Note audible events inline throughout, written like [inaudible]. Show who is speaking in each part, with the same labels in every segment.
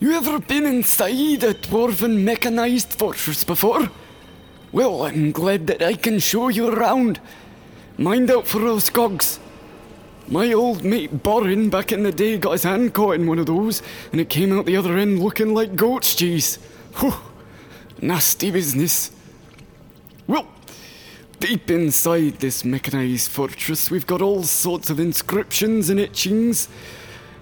Speaker 1: You ever been inside a dwarven mechanized fortress before? Well, I'm glad that I can show you around. Mind out for those cogs. My old mate Borin back in the day got his hand caught in one of those, and it came out the other end looking like goat's cheese. Whew, nasty business. Well, deep inside this mechanized fortress, we've got all sorts of inscriptions and etchings.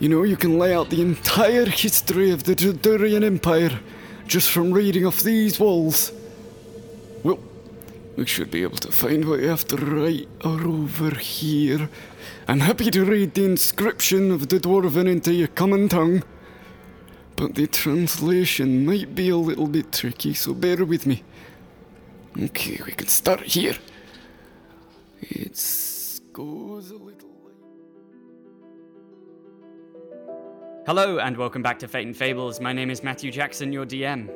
Speaker 1: You know, you can lay out the entire history of the Dudurian Empire just from reading off these walls. Well, we should be able to find what you have to write are over here. I'm happy to read the inscription of the Dwarven into your common tongue, but the translation might be a little bit tricky, so bear with me. Okay, we can start here. It goes a little.
Speaker 2: Hello, and welcome back to Fate and Fables. My name is Matthew Jackson, your DM.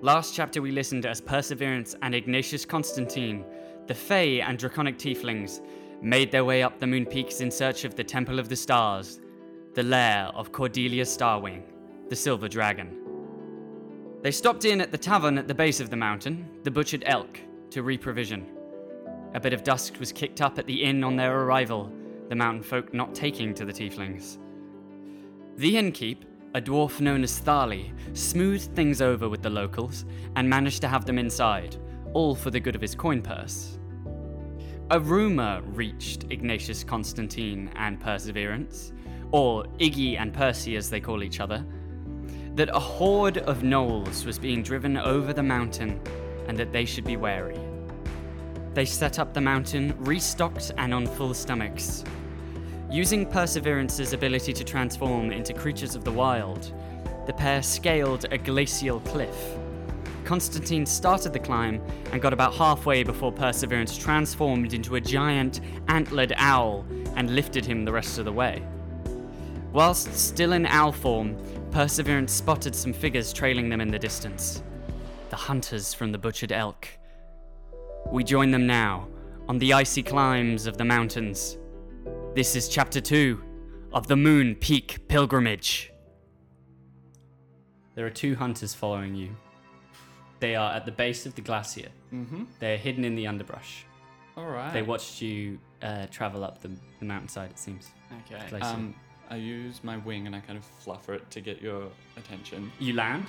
Speaker 2: Last chapter, we listened as Perseverance and Ignatius Constantine, the Fae and Draconic Tieflings, made their way up the moon peaks in search of the Temple of the Stars, the lair of Cordelia Starwing, the Silver Dragon. They stopped in at the tavern at the base of the mountain, the Butchered Elk, to reprovision. A bit of dust was kicked up at the inn on their arrival, the mountain folk not taking to the Tieflings. The innkeep, a dwarf known as Thali, smoothed things over with the locals and managed to have them inside, all for the good of his coin purse. A rumour reached Ignatius Constantine and Perseverance, or Iggy and Percy as they call each other, that a horde of gnolls was being driven over the mountain and that they should be wary. They set up the mountain, restocked and on full stomachs, Using Perseverance's ability to transform into creatures of the wild, the pair scaled a glacial cliff. Constantine started the climb and got about halfway before Perseverance transformed into a giant antlered owl and lifted him the rest of the way. Whilst still in owl form, Perseverance spotted some figures trailing them in the distance. The hunters from the butchered elk. We join them now on the icy climbs of the mountains. This is chapter two of the Moon Peak Pilgrimage. There are two hunters following you. They are at the base of the glacier.
Speaker 3: Mm-hmm.
Speaker 2: They're hidden in the underbrush.
Speaker 3: All right.
Speaker 2: They watched you uh, travel up the, the mountainside, it seems.
Speaker 3: Okay.
Speaker 2: glacier.
Speaker 3: Um, I use my wing and I kind of fluffer it to get your attention.
Speaker 2: You land?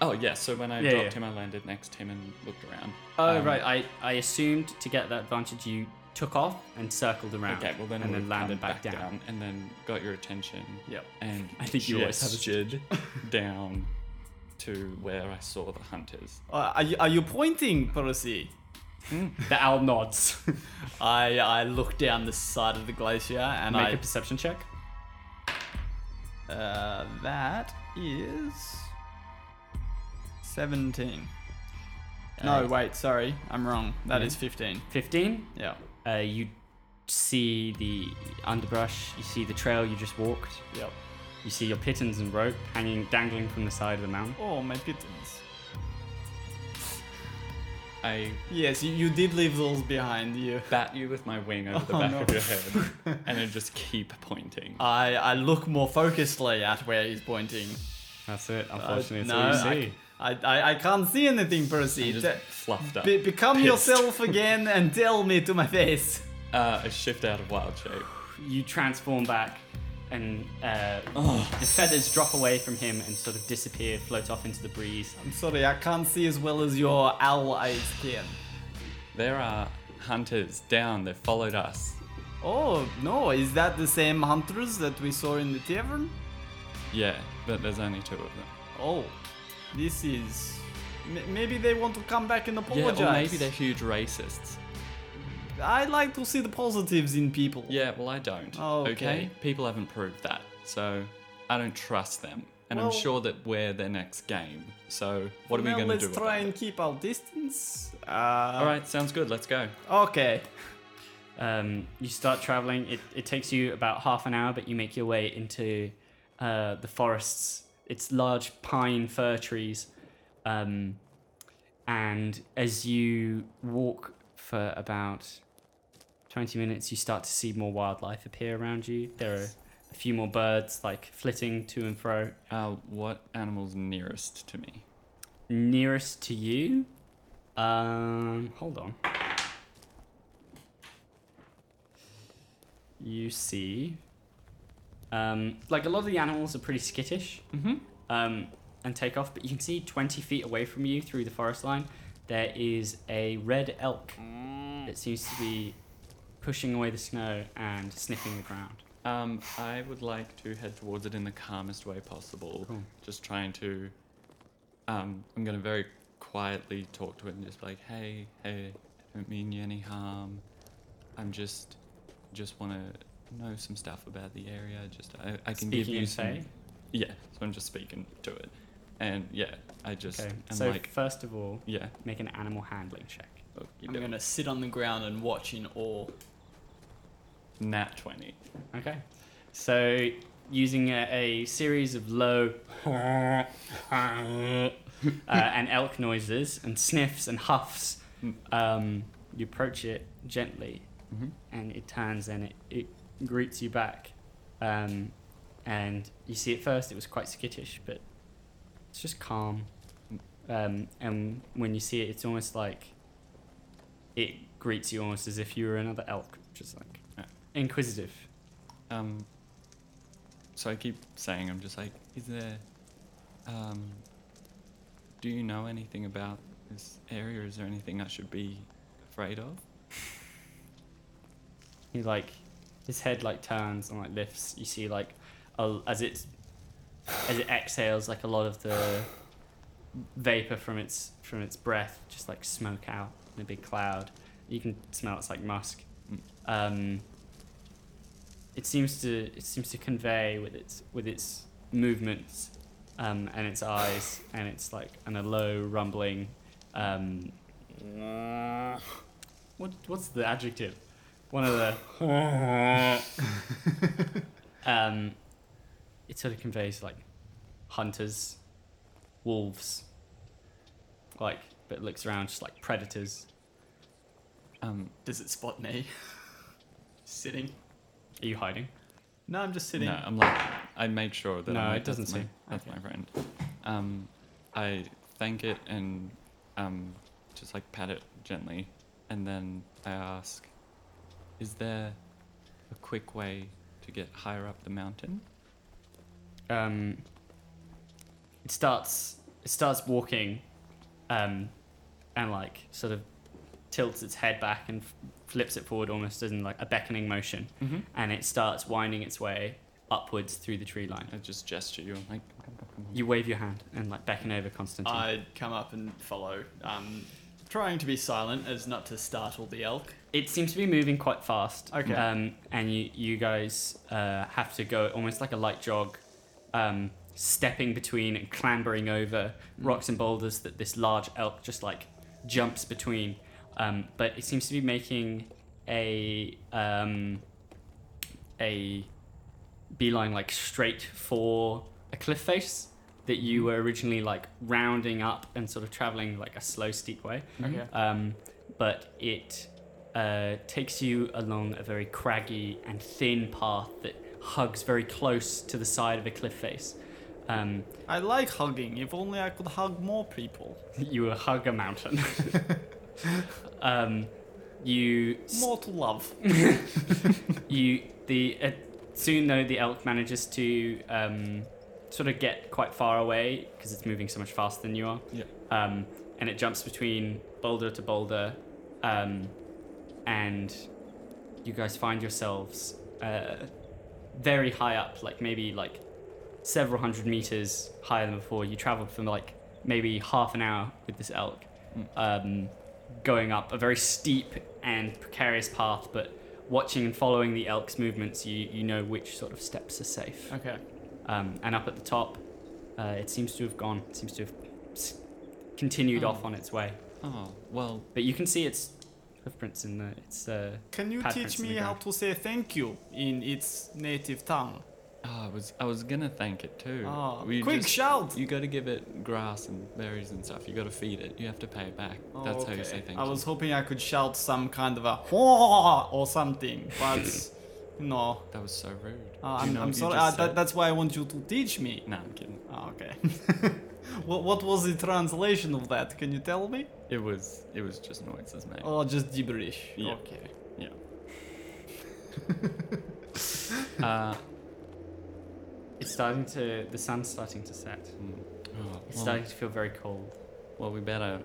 Speaker 3: Oh yeah. So when I
Speaker 2: Yeah,
Speaker 3: dropped
Speaker 2: yeah.
Speaker 3: him, I landed next to him and looked around.
Speaker 2: Oh,
Speaker 3: Um,
Speaker 2: right. I, I assumed to get that advantage, you took off and circled around.
Speaker 3: Okay. Well then,
Speaker 2: and then
Speaker 3: I would've
Speaker 2: landed
Speaker 3: come
Speaker 2: back, down.
Speaker 3: and then got your attention.
Speaker 2: Yep.
Speaker 3: And
Speaker 2: I think you always have a-
Speaker 3: gestured
Speaker 2: [laughs]
Speaker 3: down to where I saw the hunters.
Speaker 4: Uh, are, you, are you pointing, Percy?
Speaker 2: [laughs]
Speaker 4: the owl nods. I I look down the side of the glacier and
Speaker 2: Make
Speaker 4: I
Speaker 2: a perception check.
Speaker 4: uh, that is seventeen. No, wait, sorry, I'm wrong. That is fifteen.
Speaker 2: 15.
Speaker 4: Yeah.
Speaker 2: Uh, you see the underbrush, you see the trail you just walked.
Speaker 4: Yep.
Speaker 2: You see your pittons and rope hanging, dangling from the side of the mountain.
Speaker 4: Oh my pittance.
Speaker 3: I
Speaker 4: Yes, you, you did leave those behind you.
Speaker 3: bat you with my wing over the
Speaker 4: Oh,
Speaker 3: back
Speaker 4: no.
Speaker 3: of
Speaker 2: [laughs]
Speaker 3: your head, and then just keep pointing.
Speaker 2: Uh,
Speaker 4: I I look more focusedly at where he's pointing.
Speaker 2: That's it.
Speaker 4: Uh,
Speaker 2: Unfortunately, it's
Speaker 4: no,
Speaker 2: all you
Speaker 4: I-
Speaker 2: see.
Speaker 4: I, I, I can't see anything, Percy.
Speaker 3: I just
Speaker 4: That-
Speaker 3: fluffed up.
Speaker 4: Be- become
Speaker 3: Pissed.
Speaker 4: yourself again and tell me to my face.
Speaker 3: Uh, I shift out of wild shape.
Speaker 2: You transform back, and uh, the feathers drop away from him and sort of disappear, float off into the breeze.
Speaker 4: I'm sorry, I can't see as well as your owl eyes can.
Speaker 3: There are hunters down. They've followed us.
Speaker 4: Oh no, is that the same hunters that we saw in the tavern?
Speaker 3: Yeah, but there's only two of them.
Speaker 4: Oh, this is. M- maybe they want to come back and apologize.
Speaker 3: Yeah, or maybe they're huge racists.
Speaker 4: I like to see the positives in people.
Speaker 3: Yeah, well, I don't.
Speaker 4: Oh, okay.
Speaker 3: People haven't proved that, so I don't trust them. And
Speaker 4: Well-
Speaker 3: I'm sure that we're their next game. So what are we
Speaker 4: Now
Speaker 3: going to
Speaker 4: let's
Speaker 3: do?
Speaker 4: try
Speaker 3: about
Speaker 4: and
Speaker 3: it?
Speaker 4: keep our distance. Uh,
Speaker 3: All right, sounds good. Let's go.
Speaker 4: Okay.
Speaker 2: Um, you start traveling. It, it takes you about half an hour, but you make your way into uh, the forests. It's large pine fir trees. Um, and as you walk for about 20 minutes, you start to see more wildlife appear around you. There are a few more birds like flitting to and fro.
Speaker 3: Uh, what animal's nearest to me?
Speaker 2: Nearest to you? Um, hold on. You see, um, like a lot of the animals are pretty skittish
Speaker 3: Mm-hmm.
Speaker 2: um, and take off, but you can see 20 feet away from you through the forest line, there is a red elk
Speaker 3: Mm.
Speaker 2: that seems to be pushing away the snow and sniffing the ground.
Speaker 3: Um, I would like to head towards it in the calmest way possible.
Speaker 2: Cool.
Speaker 3: Just trying to. Um, I'm gonna very quietly talk to it and just be like, hey, hey, I don't mean you any harm. I'm just, just want to know some stuff about the area. Just I, I can give
Speaker 2: Speaking
Speaker 3: you
Speaker 2: in
Speaker 3: some.
Speaker 2: Fey?
Speaker 3: Yeah, so I'm just speaking to it, and yeah, I just
Speaker 2: Okay,
Speaker 3: am
Speaker 2: so
Speaker 3: like,
Speaker 2: first of all,
Speaker 3: yeah.
Speaker 2: make an animal handling check.
Speaker 3: Oh, you
Speaker 4: I'm
Speaker 3: do it.
Speaker 4: gonna sit on the ground and watch in awe.
Speaker 3: Nat twenty.
Speaker 2: Okay. So, using a, a series of low [laughs] uh, and elk noises and sniffs and huffs, um, you approach it gently
Speaker 3: Mhm.
Speaker 2: and it turns and it, it greets you back. Um, and you see, at first it was quite skittish, but it's just calm. Um, and when you see it, it's almost like it greets you almost as if you were another elk, which is like
Speaker 3: Yeah.
Speaker 2: inquisitive.
Speaker 3: Um, so I keep saying, I'm just like, is there, um, do you know anything about this area? Is there anything I should be afraid of?
Speaker 2: He like his head like turns and like lifts. You see like a, as it as it exhales like a lot of the vapor from its from its breath just like smoke out in a big cloud. You can smell it's like musk.
Speaker 3: Mm.
Speaker 2: Um, it seems to it seems to convey with its with its movements um, and its eyes and it's like and a low rumbling. Um, what what's the adjective? One of the um, it sort of conveys like hunters, wolves, like but it looks around just like predators.
Speaker 3: Um,
Speaker 4: Does it spot me? [laughs] sitting.
Speaker 2: Are you hiding?
Speaker 4: No, I'm just sitting.
Speaker 3: no, I'm like, I make sure that
Speaker 2: No,
Speaker 3: I'm
Speaker 2: it
Speaker 3: like,
Speaker 2: doesn't
Speaker 3: that's my,
Speaker 2: seem-
Speaker 3: That's
Speaker 2: okay.
Speaker 3: my friend. Um, I thank it and, um, just like pat it gently. And then I ask, is there a quick way to get higher up the mountain?
Speaker 2: Um, it starts it starts walking, um, and like sort of tilts its head back and f- flips it forward almost in like a beckoning motion,
Speaker 3: Mm-hmm.
Speaker 2: and it starts winding its way upwards through the tree line.
Speaker 3: I just gesture you. I'm like,
Speaker 2: You wave your hand and like beckon over Constantine.
Speaker 4: I'd come up and follow. Um, trying to be silent as not to startle the elk.
Speaker 2: it seems to be moving quite fast.
Speaker 4: Okay.
Speaker 2: Um, and you you guys uh, have to go almost like a light jog, um, stepping between and clambering over
Speaker 4: Mm.
Speaker 2: rocks and boulders that this large elk just like jumps between. Um, but it seems to be making a um, a beeline like straight for a cliff face that you were originally like rounding up and sort of traveling like a slow steep way
Speaker 4: Okay.
Speaker 2: um, but it uh, takes you along a very craggy and thin path that hugs very close to the side of a cliff face. Um, [laughs]
Speaker 4: I like hugging. If only I could hug more people.
Speaker 2: you hug a mountain. um, you s-
Speaker 4: More
Speaker 3: [laughs]
Speaker 4: to love.
Speaker 2: you the uh, soon though the elk manages to um, sort of get quite far away because it's moving so much faster than you are.
Speaker 3: Yeah.
Speaker 2: Um, and it jumps between boulder to boulder, um, and you guys find yourselves uh, very high up, like maybe like several hundred meters higher than before. You traveled for like maybe half an hour with this elk, um, going up a very steep and precarious path, but watching and following the elk's movements, you, you know which sort of steps are safe.
Speaker 4: Okay.
Speaker 2: Um, and up at the top, uh, it seems to have gone, it seems to have s- continued
Speaker 3: Mm.
Speaker 2: off on its way.
Speaker 3: oh, well,
Speaker 2: But you can see its footprints in the, its, uh,
Speaker 4: Can you
Speaker 2: Pat
Speaker 4: teach
Speaker 2: prints in
Speaker 4: me
Speaker 2: the
Speaker 4: how
Speaker 2: ground.
Speaker 4: to say thank you in its native tongue?
Speaker 3: Oh, I was I was gonna thank it too.
Speaker 4: Ah,
Speaker 3: We
Speaker 4: quick
Speaker 3: just-
Speaker 4: shout!
Speaker 3: You got to give it grass and berries and stuff. You got to feed it. You have to pay it back.
Speaker 4: Oh,
Speaker 3: That's how you
Speaker 4: okay.
Speaker 3: say thank
Speaker 4: I
Speaker 3: you. [laughs]
Speaker 4: was hoping I could shout some kind of a "Hua!" or something, but No.
Speaker 3: That was so rude.
Speaker 4: Uh,
Speaker 3: Do you
Speaker 4: I'm,
Speaker 3: know what
Speaker 4: I'm
Speaker 3: you
Speaker 4: sorry.
Speaker 3: just
Speaker 4: Uh, that,
Speaker 3: said?
Speaker 4: that's why I want you to teach me.
Speaker 3: Nah, I'm kidding.
Speaker 4: Ah, okay. [laughs] what, what was the translation of that? Can you tell me?
Speaker 3: It was it was just noises, mate.
Speaker 4: Or just gibberish?
Speaker 3: Yeah.
Speaker 4: Okay.
Speaker 3: Yeah. uh,
Speaker 2: It's starting to. The sun's starting to set.
Speaker 3: mm. oh,
Speaker 2: It's
Speaker 3: well,
Speaker 2: starting to feel very cold.
Speaker 3: well, we better.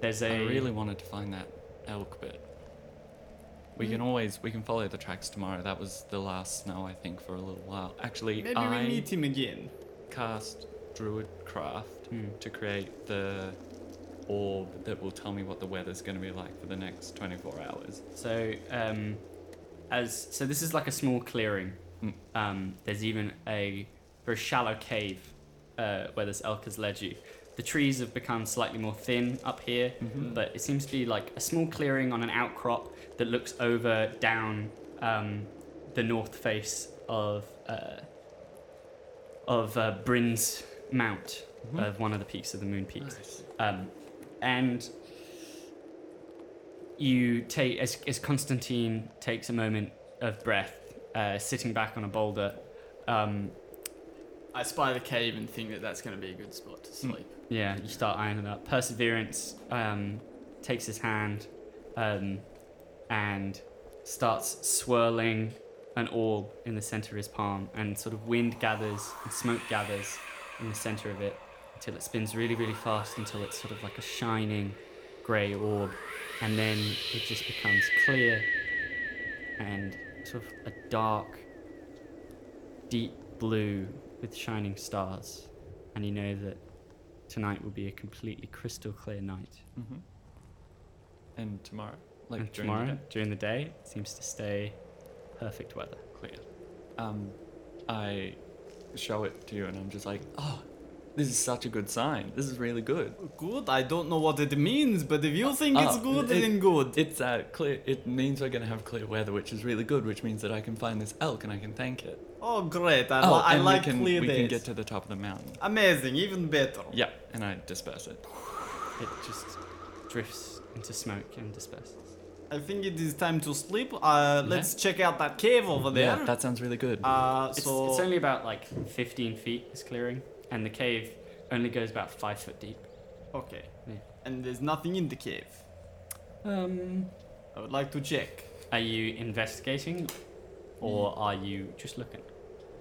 Speaker 2: There's a
Speaker 3: I really wanted to find that elk bit.
Speaker 4: Mm.
Speaker 3: We can always we can follow the tracks tomorrow. That was the last snow, I think, for a little while. Actually,
Speaker 4: Maybe
Speaker 3: I
Speaker 4: we meet him again.
Speaker 3: cast Druid Craft
Speaker 2: Hmm.
Speaker 3: to create the orb that will tell me what the weather's going to be like for the next 24 hours.
Speaker 2: So, um, as so, this is like a small clearing.
Speaker 3: Mm.
Speaker 2: Um, there's even a very shallow cave uh, where this elk has led you. The trees have become slightly more thin up here, but it seems to be like a small clearing on an outcrop that looks over down um, the north face of uh, of uh, Bryn's Mount, of one of the peaks of the Moon Peaks. Um, and you take, as, as Constantine takes a moment of breath, uh, sitting back on a boulder, um,
Speaker 4: I spy the cave and think that that's going to be a good spot to sleep.
Speaker 2: yeah, you start eyeing it up. Perseverance um, takes his hand um, and starts swirling an orb in the center of his palm, and sort of wind gathers and smoke gathers in the center of it until it spins really, really fast until it's sort of like a shining grey orb, and then it just becomes clear and sort of a dark, deep blue with shining stars, and you know that tonight will be a completely crystal clear night.
Speaker 3: Mm-hmm. And tomorrow, like
Speaker 2: and
Speaker 3: during
Speaker 2: tomorrow,
Speaker 3: the day,
Speaker 2: during the day, it seems to stay perfect weather.
Speaker 3: clear. Um, I show it to you, and I'm just like, oh, this is such a good sign. This is really good.
Speaker 4: Good. I don't know what it means, but if you think it's
Speaker 3: Ah,
Speaker 4: good,
Speaker 3: it-
Speaker 4: then good.
Speaker 3: It's uh, clear. It means we're gonna have clear weather, which is really good. Which means that I can find this elk and I can thank it.
Speaker 4: oh, great. I, li- I
Speaker 3: and
Speaker 4: like
Speaker 3: we can,
Speaker 4: clear
Speaker 3: we
Speaker 4: days.
Speaker 3: can get to the top of the mountain.
Speaker 4: Amazing. Even better.
Speaker 3: Yeah, and I disperse it.
Speaker 2: It just drifts into smoke and disperses.
Speaker 4: I think it is time to sleep. Uh, Let's check out that cave over there.
Speaker 3: Yeah, that sounds really good.
Speaker 4: uh,
Speaker 2: It's,
Speaker 4: so
Speaker 2: it's only about like 15 feet this clearing, and the cave only goes about five foot deep.
Speaker 4: okay.
Speaker 2: Yeah.
Speaker 4: And there's nothing in the cave.
Speaker 2: Um,
Speaker 4: I would like to check.
Speaker 2: are you investigating,
Speaker 3: Mm.
Speaker 2: or are you just looking?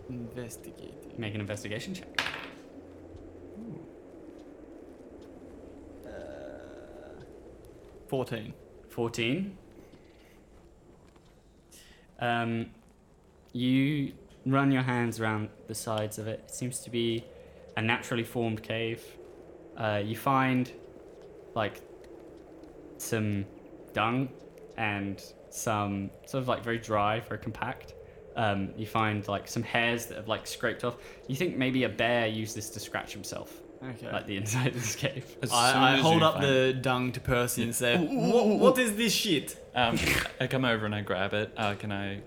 Speaker 4: Investigating.
Speaker 2: Make an investigation check.
Speaker 4: Uh, Fourteen.
Speaker 2: 14. Um, you run your hands around the sides of it. It seems to be a naturally formed cave. Uh, you find like some dung and some sort of like very dry, very compact. Um, you find like some hairs that have like scraped off. You think maybe a bear used this to scratch himself,
Speaker 4: Okay.
Speaker 2: like the inside of this cave.
Speaker 3: As soon
Speaker 4: I, I
Speaker 3: as
Speaker 4: hold
Speaker 3: you
Speaker 4: up
Speaker 3: find-
Speaker 4: the dung to Percy and say, "Wha- "What is this shit?"
Speaker 3: Um, I come over and I grab it. Uh, can I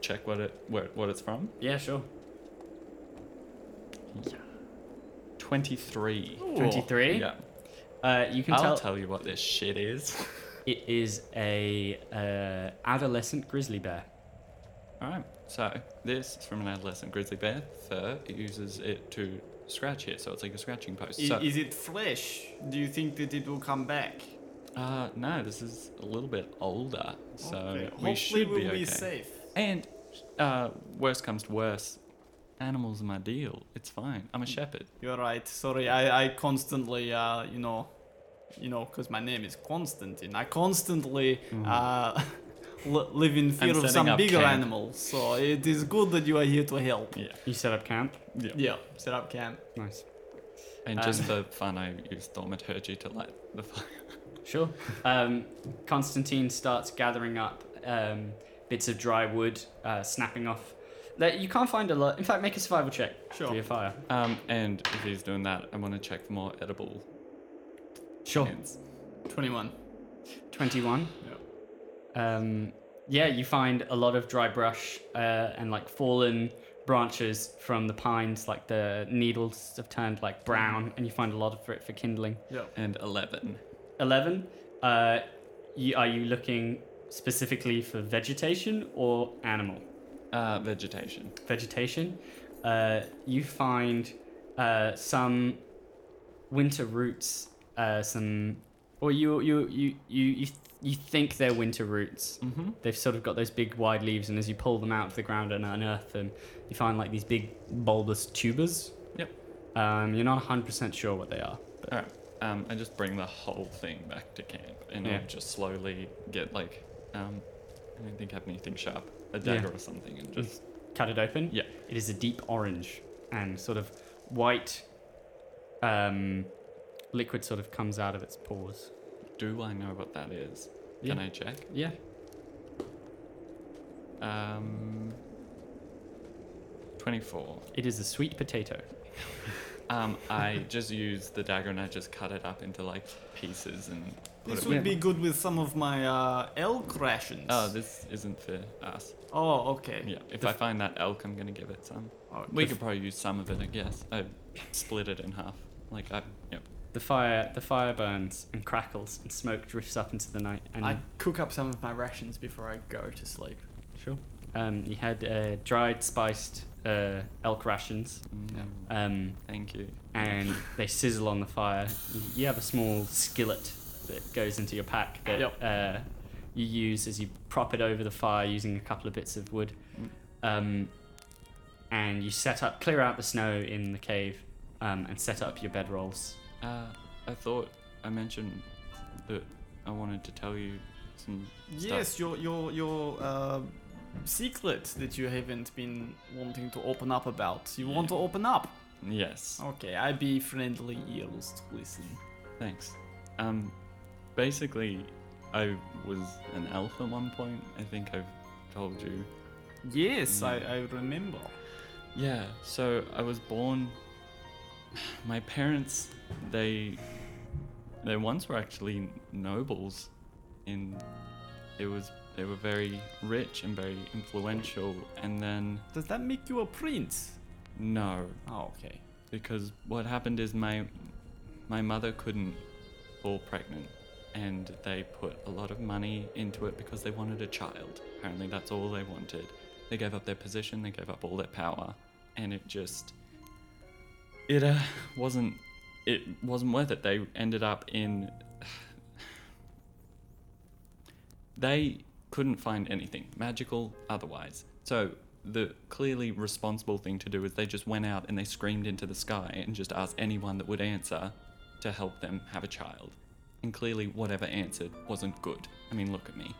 Speaker 3: check what it where, what it's from?
Speaker 2: Yeah, sure.
Speaker 3: Twenty three.
Speaker 2: Twenty-three.
Speaker 3: Yeah.
Speaker 2: Uh, you can
Speaker 3: I'll
Speaker 2: tell.
Speaker 3: tell you what this shit is. [laughs]
Speaker 2: It is a uh, adolescent grizzly bear.
Speaker 3: All right. So this is from an adolescent grizzly bear. Fur. It uses it to scratch here, so it's like a scratching post.
Speaker 4: I-
Speaker 3: so,
Speaker 4: is it flesh? Do you think that it will come back?
Speaker 3: uh, no, this is a little bit older, so
Speaker 4: Okay,
Speaker 3: we
Speaker 4: Hopefully,
Speaker 3: should
Speaker 4: we'll
Speaker 3: be
Speaker 4: be,
Speaker 3: okay.
Speaker 4: safe.
Speaker 3: And uh, worse comes to worse, animals are my deal. It's fine. I'm a shepherd.
Speaker 4: You're right. Sorry, I, I constantly, uh, you know, you know, because my name is Constantine. I constantly uh, [laughs] li- live in fear of
Speaker 3: Mm-hmm. setting
Speaker 4: some
Speaker 3: up
Speaker 4: bigger
Speaker 3: camp.
Speaker 4: animal. So it is good that you are here to help.
Speaker 3: Yeah.
Speaker 2: You set up camp.
Speaker 3: Yeah.
Speaker 4: Yeah, set up camp.
Speaker 2: Nice.
Speaker 3: And just for fun, I use thaumaturgy to light the fire.
Speaker 2: Sure. [laughs] Um, Constantine starts gathering up um, bits of dry wood, uh, snapping off. Like, You can't find a lot. In fact, make a survival check
Speaker 4: Sure.
Speaker 2: for your fire.
Speaker 3: Um, and if he's doing that, I want to check for more edible
Speaker 2: Sure.
Speaker 3: plants.
Speaker 4: Twenty-one.
Speaker 2: 21. Um, yeah, you find a lot of dry brush uh, and like fallen branches from the pines, like the needles have turned like brown, and you find a lot of it for kindling.
Speaker 4: Yeah.
Speaker 3: And eleven.
Speaker 2: 11 uh you, are you looking specifically for vegetation or animal?
Speaker 3: Uh, vegetation.
Speaker 2: vegetation, uh, you find uh, some winter roots, uh, some, or you you you you you, you think they're winter roots. Mm-hmm. They've sort of got those big wide leaves, and as you pull them out of the ground and unearth them, you find like these big bulbous tubers.
Speaker 3: Yep.
Speaker 2: Um, you're not 100% sure what they are. But
Speaker 3: All right. Um, I just bring the whole thing back to camp, and
Speaker 2: Yeah.
Speaker 3: I'll just slowly get like, um, I don't think I have anything sharp, a dagger or something, and just
Speaker 2: cut it open.
Speaker 3: yeah.
Speaker 2: It is a deep orange and sort of white um, liquid sort of comes out of its pores.
Speaker 3: Do I know what that is?
Speaker 2: Mm. Yeah.
Speaker 3: Can I check?
Speaker 2: Yeah.
Speaker 3: Um, twenty-four.
Speaker 2: It is a sweet potato.
Speaker 3: Um,
Speaker 2: [laughs]
Speaker 3: I just use the dagger and I just cut it up into like pieces and. put
Speaker 4: This
Speaker 3: it
Speaker 4: would
Speaker 3: back.
Speaker 4: be good with some of my uh, elk rations.
Speaker 3: Oh, this isn't for us.
Speaker 4: oh, okay.
Speaker 3: Yeah, if
Speaker 4: The
Speaker 3: I find that elk, I'm gonna give it some.
Speaker 4: Oh,
Speaker 3: we
Speaker 4: the
Speaker 3: could probably use some of it, I guess. I split it in half. Like I, yep.
Speaker 2: The fire, the fire burns and crackles, and smoke drifts up into the night. And
Speaker 4: I cook up some of my rations before I go to sleep.
Speaker 2: sure, um, you had uh, dried, spiced uh, elk rations,
Speaker 3: Mm,
Speaker 4: Yeah.
Speaker 2: um,
Speaker 3: Thank you.
Speaker 2: and they sizzle on the fire. You- You have a small skillet that goes into your pack that
Speaker 4: Yep.
Speaker 2: uh, you use as you prop it over the fire using a couple of bits of wood, um, and you set up, clear out the snow in the cave, um, and set up your bedrolls.
Speaker 3: Uh, I thought I mentioned that I wanted to tell you some.
Speaker 4: Yes, your your your uh, secret that you haven't been wanting to open up about. You want to open up?
Speaker 3: Yes.
Speaker 4: Okay, I be friendly ears to listen.
Speaker 3: Thanks. Um, basically, I was an elf at one point. I think I've told you.
Speaker 4: Yes, I,
Speaker 3: Mm.
Speaker 4: I remember.
Speaker 3: Yeah, so I was born. [sighs] My parents, they, they once were actually nobles, in, it was they were very rich and very influential, and then
Speaker 4: Does that make you a prince?
Speaker 3: no,
Speaker 4: Oh, okay.
Speaker 3: because what happened is my, my mother couldn't fall pregnant, and they put a lot of money into it because they wanted a child. Apparently, that's all they wanted. They gave up their position, they gave up all their power, and it just it uh, wasn't it wasn't worth it. They ended up in [sighs] they couldn't find anything magical otherwise. So the clearly responsible thing to do is they just went out and they screamed into the sky and just asked anyone that would answer to help them have a child. And clearly whatever answered wasn't good. I mean, look at me.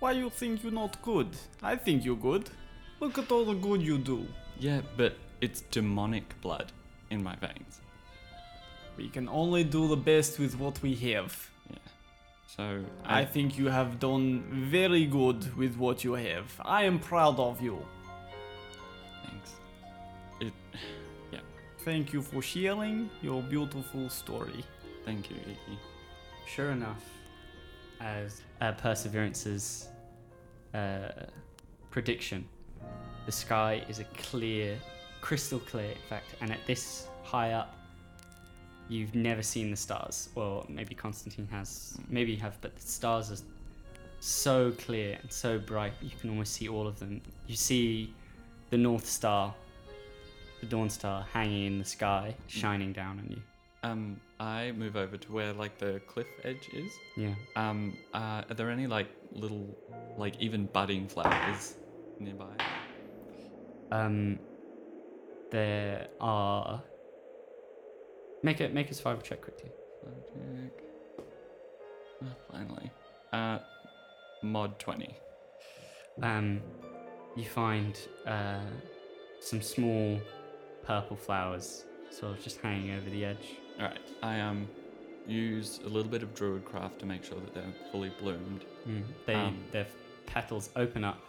Speaker 4: Why you think you not good? I think you good. Look at all the good you do.
Speaker 3: Yeah, but it's demonic blood in my veins.
Speaker 4: We can only do the best with what we have.
Speaker 3: Yeah. So I,
Speaker 4: I think you have done very good with what you have. I am proud of you.
Speaker 3: thanks. It yeah.
Speaker 4: Thank you for sharing your beautiful story.
Speaker 3: Thank you, Iki.
Speaker 2: Sure enough, as uh, Perseverance's uh, prediction, the sky is a clear, crystal clear, in fact, and at this high up, you've never seen the stars. Well, maybe Constantine has, maybe you have, but the stars are so clear and so bright, you can almost see all of them. You see the North Star, the Dawn Star, hanging in the sky, shining down on you.
Speaker 3: Um I move over to where like the cliff edge is.
Speaker 2: Yeah.
Speaker 3: Um uh, are there any like little like even budding flowers nearby?
Speaker 2: Um, there are. Make it make a survival check quickly.
Speaker 3: Flower check. Oh, finally. Uh mod 20.
Speaker 2: Um, you find uh, some small purple flowers, sort of just hanging over the edge.
Speaker 3: All right. I um use a little bit of druid craft to make sure that they're fully bloomed.
Speaker 2: Mm. They
Speaker 3: Um.
Speaker 2: their petals open up,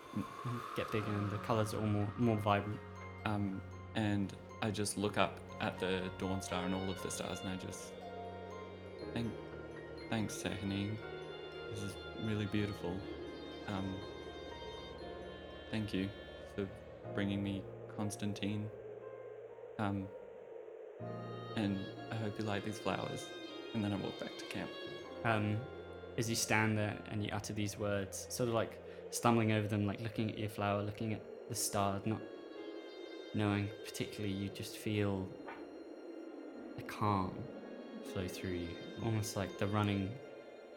Speaker 2: get bigger, and the colours are all more more vibrant.
Speaker 3: Um, and I just look up at the dawn star and all of the stars, and I just thank, thanks, Sahanine. This is really beautiful. Um, thank you for bringing me Constantine. Um, and I hope you like these flowers. And then I walk back to camp.
Speaker 2: Um, as you stand there and you utter these words, sort of like stumbling over them, like looking at your flower, looking at the star, not knowing particularly, you just feel a calm flow through you, almost like the running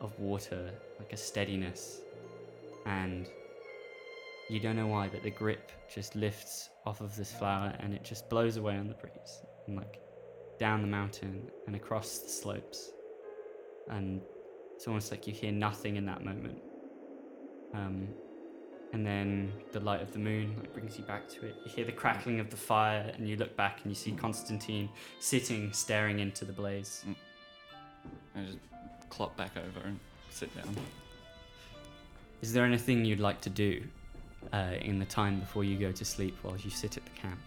Speaker 2: of water, like a steadiness. And you don't know why, but the grip just lifts off of this flower and it just blows away on the breeze and like down the mountain and across the slopes. And it's almost like you hear nothing in that moment. Um, and then the light of the moon like, brings you back to it. You hear the crackling of the fire, and you look back and you see Constantine sitting, staring into the blaze.
Speaker 3: I just clop back over and sit down.
Speaker 2: Is there anything you'd like to do uh, in the time before you go to sleep while you sit at the camp?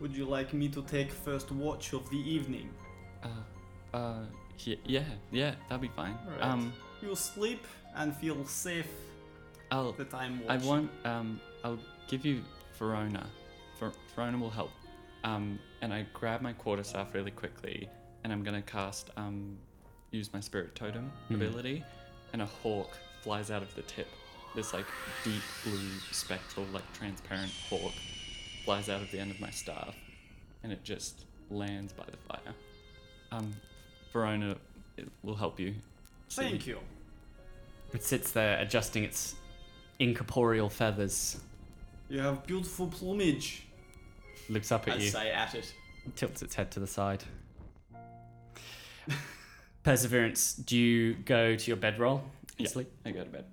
Speaker 4: Would you like me to take first watch of the evening?
Speaker 3: Uh, uh, yeah, yeah, yeah, that'll be fine.
Speaker 4: Alright.
Speaker 3: Um,
Speaker 4: You'll sleep and feel safe
Speaker 3: I'll,
Speaker 4: the time
Speaker 3: I
Speaker 4: watching.
Speaker 3: want, um, I'll give you Verona. Ver- Verona will help. Um, and I grab my quarterstaff really quickly, and I'm gonna cast, um, use my spirit totem ability, and a hawk flies out of the tip. This like deep blue spectral, like transparent hawk, flies out of the end of my staff, and it just lands by the fire. Um, Verona, it will help you. see.
Speaker 4: Thank you.
Speaker 2: It sits there adjusting its incorporeal feathers,
Speaker 4: You have beautiful plumage.
Speaker 2: looks up at you.
Speaker 4: at it.
Speaker 2: tilts its head to the side. [laughs] Perseverance, do you go to your bedroll and
Speaker 3: Yeah,
Speaker 2: sleep?
Speaker 3: I go to bed.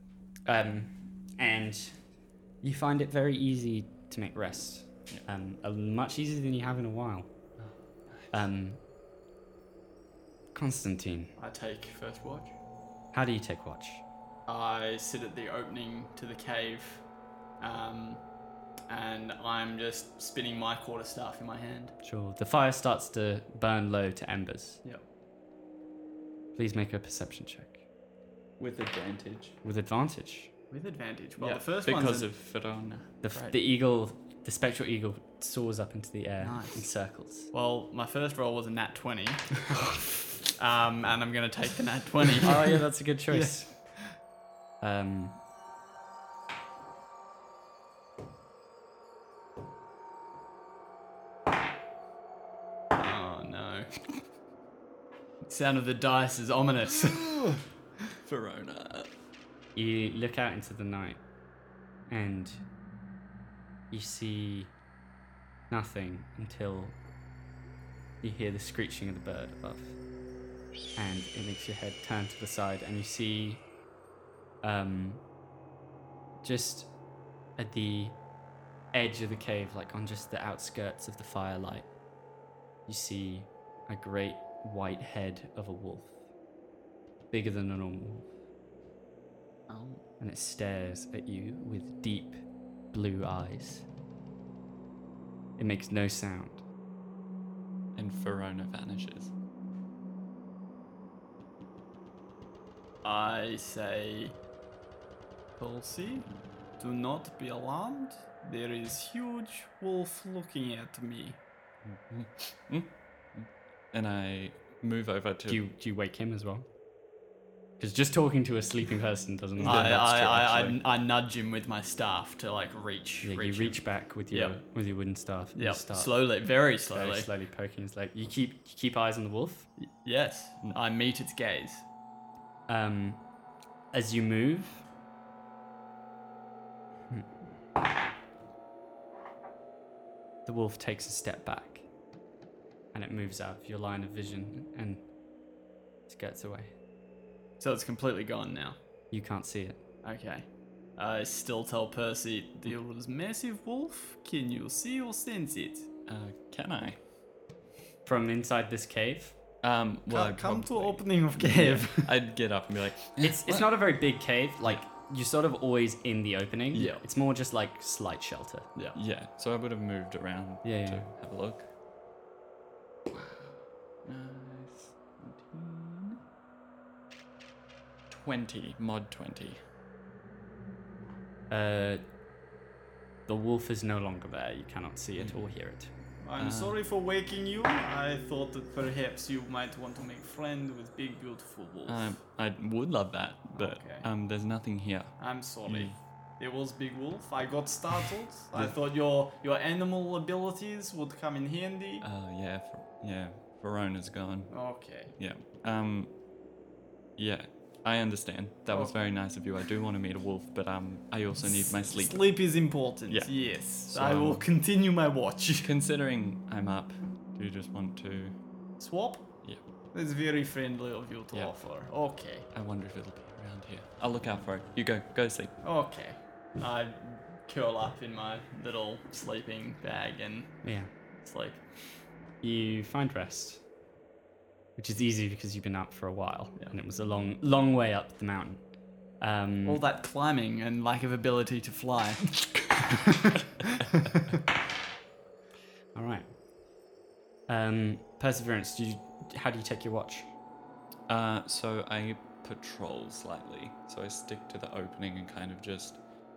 Speaker 2: Um, and you find it very easy to make rest, um, a- much easier than you have in a while. Um, Constantine,
Speaker 4: I take first watch.
Speaker 2: how do you take watch?
Speaker 4: I sit at the opening to the cave, um, and I'm just spinning my quarterstaff in my hand.
Speaker 2: Sure. The fire starts to burn low to embers.
Speaker 4: Yep.
Speaker 2: Please make a perception check
Speaker 3: With advantage.
Speaker 2: with advantage.
Speaker 4: With advantage. Well,
Speaker 3: Yeah,
Speaker 4: the first
Speaker 3: because
Speaker 4: one's
Speaker 3: of Verona.
Speaker 2: The, f
Speaker 4: Right.
Speaker 2: the eagle, the spectral eagle, soars up into the air
Speaker 4: Nice.
Speaker 2: in circles.
Speaker 4: Well, my first roll was a nat 20. [laughs] um, and I'm going to take the nat [laughs] 20.
Speaker 2: oh yeah, that's a [laughs] good choice. Um.
Speaker 4: oh, no. Sound of the dice is ominous. [laughs]
Speaker 3: Verona.
Speaker 2: you look out into the night and you see nothing until you hear the screeching of the bird above and it makes your head turn to the side and you see um just at the edge of the cave like on just the outskirts of the firelight you see a great white head of a wolf bigger than a normal wolf and it stares at you with deep blue eyes. It makes no sound.
Speaker 3: And Verona vanishes.
Speaker 4: I say, Tulsi, do not be alarmed. There is huge wolf looking at me.
Speaker 3: And I move over to.
Speaker 2: Do you do you wake him as well? Because just talking to a sleeping person doesn't.
Speaker 3: Yeah,
Speaker 4: I,
Speaker 3: that's
Speaker 4: I,
Speaker 3: true,
Speaker 4: I,
Speaker 3: actually.
Speaker 4: I, I nudge him with my staff to like reach.
Speaker 2: Yeah,
Speaker 4: reach
Speaker 2: you reach back with your
Speaker 4: Yeah.
Speaker 2: with your wooden staff. and you
Speaker 4: Yeah,
Speaker 2: start
Speaker 4: slowly, very
Speaker 2: very
Speaker 4: slowly.
Speaker 2: slowly poking his leg. You keep you keep eyes on the wolf.
Speaker 4: Yes,
Speaker 2: Mm.
Speaker 4: I meet its gaze.
Speaker 2: Um, as you move, Hmm. the wolf takes a step back, and it moves out of your line of vision and skirts away.
Speaker 4: So it's completely gone now.
Speaker 2: You can't see it.
Speaker 4: Okay. I still tell Percy there was massive wolf. Can you see or sense it?
Speaker 3: uh, can I?
Speaker 2: From inside this cave,
Speaker 3: Um, well,
Speaker 4: Co-
Speaker 3: I'd
Speaker 4: come to
Speaker 3: probably-
Speaker 4: opening of cave.
Speaker 3: [laughs] I'd get up and be like,
Speaker 2: it's it's not a very big cave. Like you're sort of always in the opening.
Speaker 4: Yeah.
Speaker 2: It's more just like slight shelter.
Speaker 4: yeah.
Speaker 3: yeah. So I would have moved around
Speaker 2: Yeah,
Speaker 3: to
Speaker 2: yeah.
Speaker 3: have a look. Nice. 19. 20. Mod 20.
Speaker 2: Uh, the wolf is no longer there. You cannot see it or hear it.
Speaker 4: I'm
Speaker 3: Uh.
Speaker 4: sorry for waking you. I thought that perhaps you might want to make friend with big beautiful wolf.
Speaker 3: I, Um, I would love that, but
Speaker 4: Okay.
Speaker 3: um, there's nothing here.
Speaker 4: I'm sorry. It was Big Wolf. I got startled. I thought your your animal abilities would come in handy.
Speaker 3: Oh yeah, Ver- yeah. Verona's gone.
Speaker 4: Okay.
Speaker 3: Yeah. Um. Yeah, I understand. That was
Speaker 4: Oh.
Speaker 3: very nice of you. I do want to meet a wolf, but um, I also need my sleep.
Speaker 4: Sleep is important.
Speaker 3: Yeah.
Speaker 4: Yes. I
Speaker 3: So-
Speaker 4: will continue my watch. [laughs]
Speaker 3: Considering I'm up, do you just want to?
Speaker 4: Swap.
Speaker 3: Yeah.
Speaker 4: That's very friendly of you to
Speaker 3: Yeah.
Speaker 4: offer. Okay.
Speaker 3: I wonder if it'll be around here. I'll look out for it. You go. Go sleep.
Speaker 4: Okay. I curl up in my little sleeping bag and
Speaker 2: Yeah.
Speaker 4: sleep.
Speaker 2: You find rest, which is easy because you've been up for a while, and it was a long, long way up the mountain. Um,
Speaker 4: All that climbing and lack of ability to fly.
Speaker 2: all right. Um, Perseverance. Do you? How do you take your watch?
Speaker 3: Uh, so I patrol slightly. So I stick to the opening and kind of just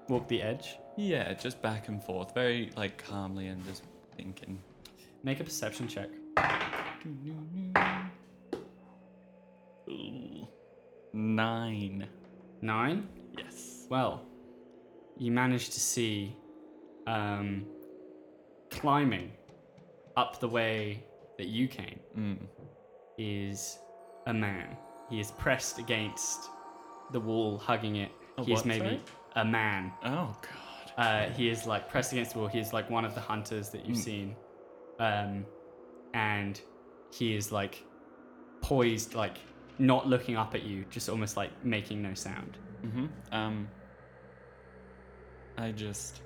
Speaker 2: Walk the edge.
Speaker 3: yeah, just back and forth, very like calmly and just thinking.
Speaker 2: Make a perception check.
Speaker 3: Ooh. Nine.
Speaker 2: Nine.
Speaker 3: Yes.
Speaker 2: Well, you managed to see um, climbing up the way that you came
Speaker 3: Mm.
Speaker 2: is a man. He is pressed against the wall, hugging it.
Speaker 3: A
Speaker 2: He's
Speaker 3: what,
Speaker 2: maybe
Speaker 3: sorry?
Speaker 2: a man.
Speaker 3: Oh god.
Speaker 2: Uh, he is like pressed against the wall. He is like one of the hunters that
Speaker 3: Hmm.
Speaker 2: you've seen, um, and he is like poised, like not looking up at you, just almost like making no sound.
Speaker 3: hmm Um. I just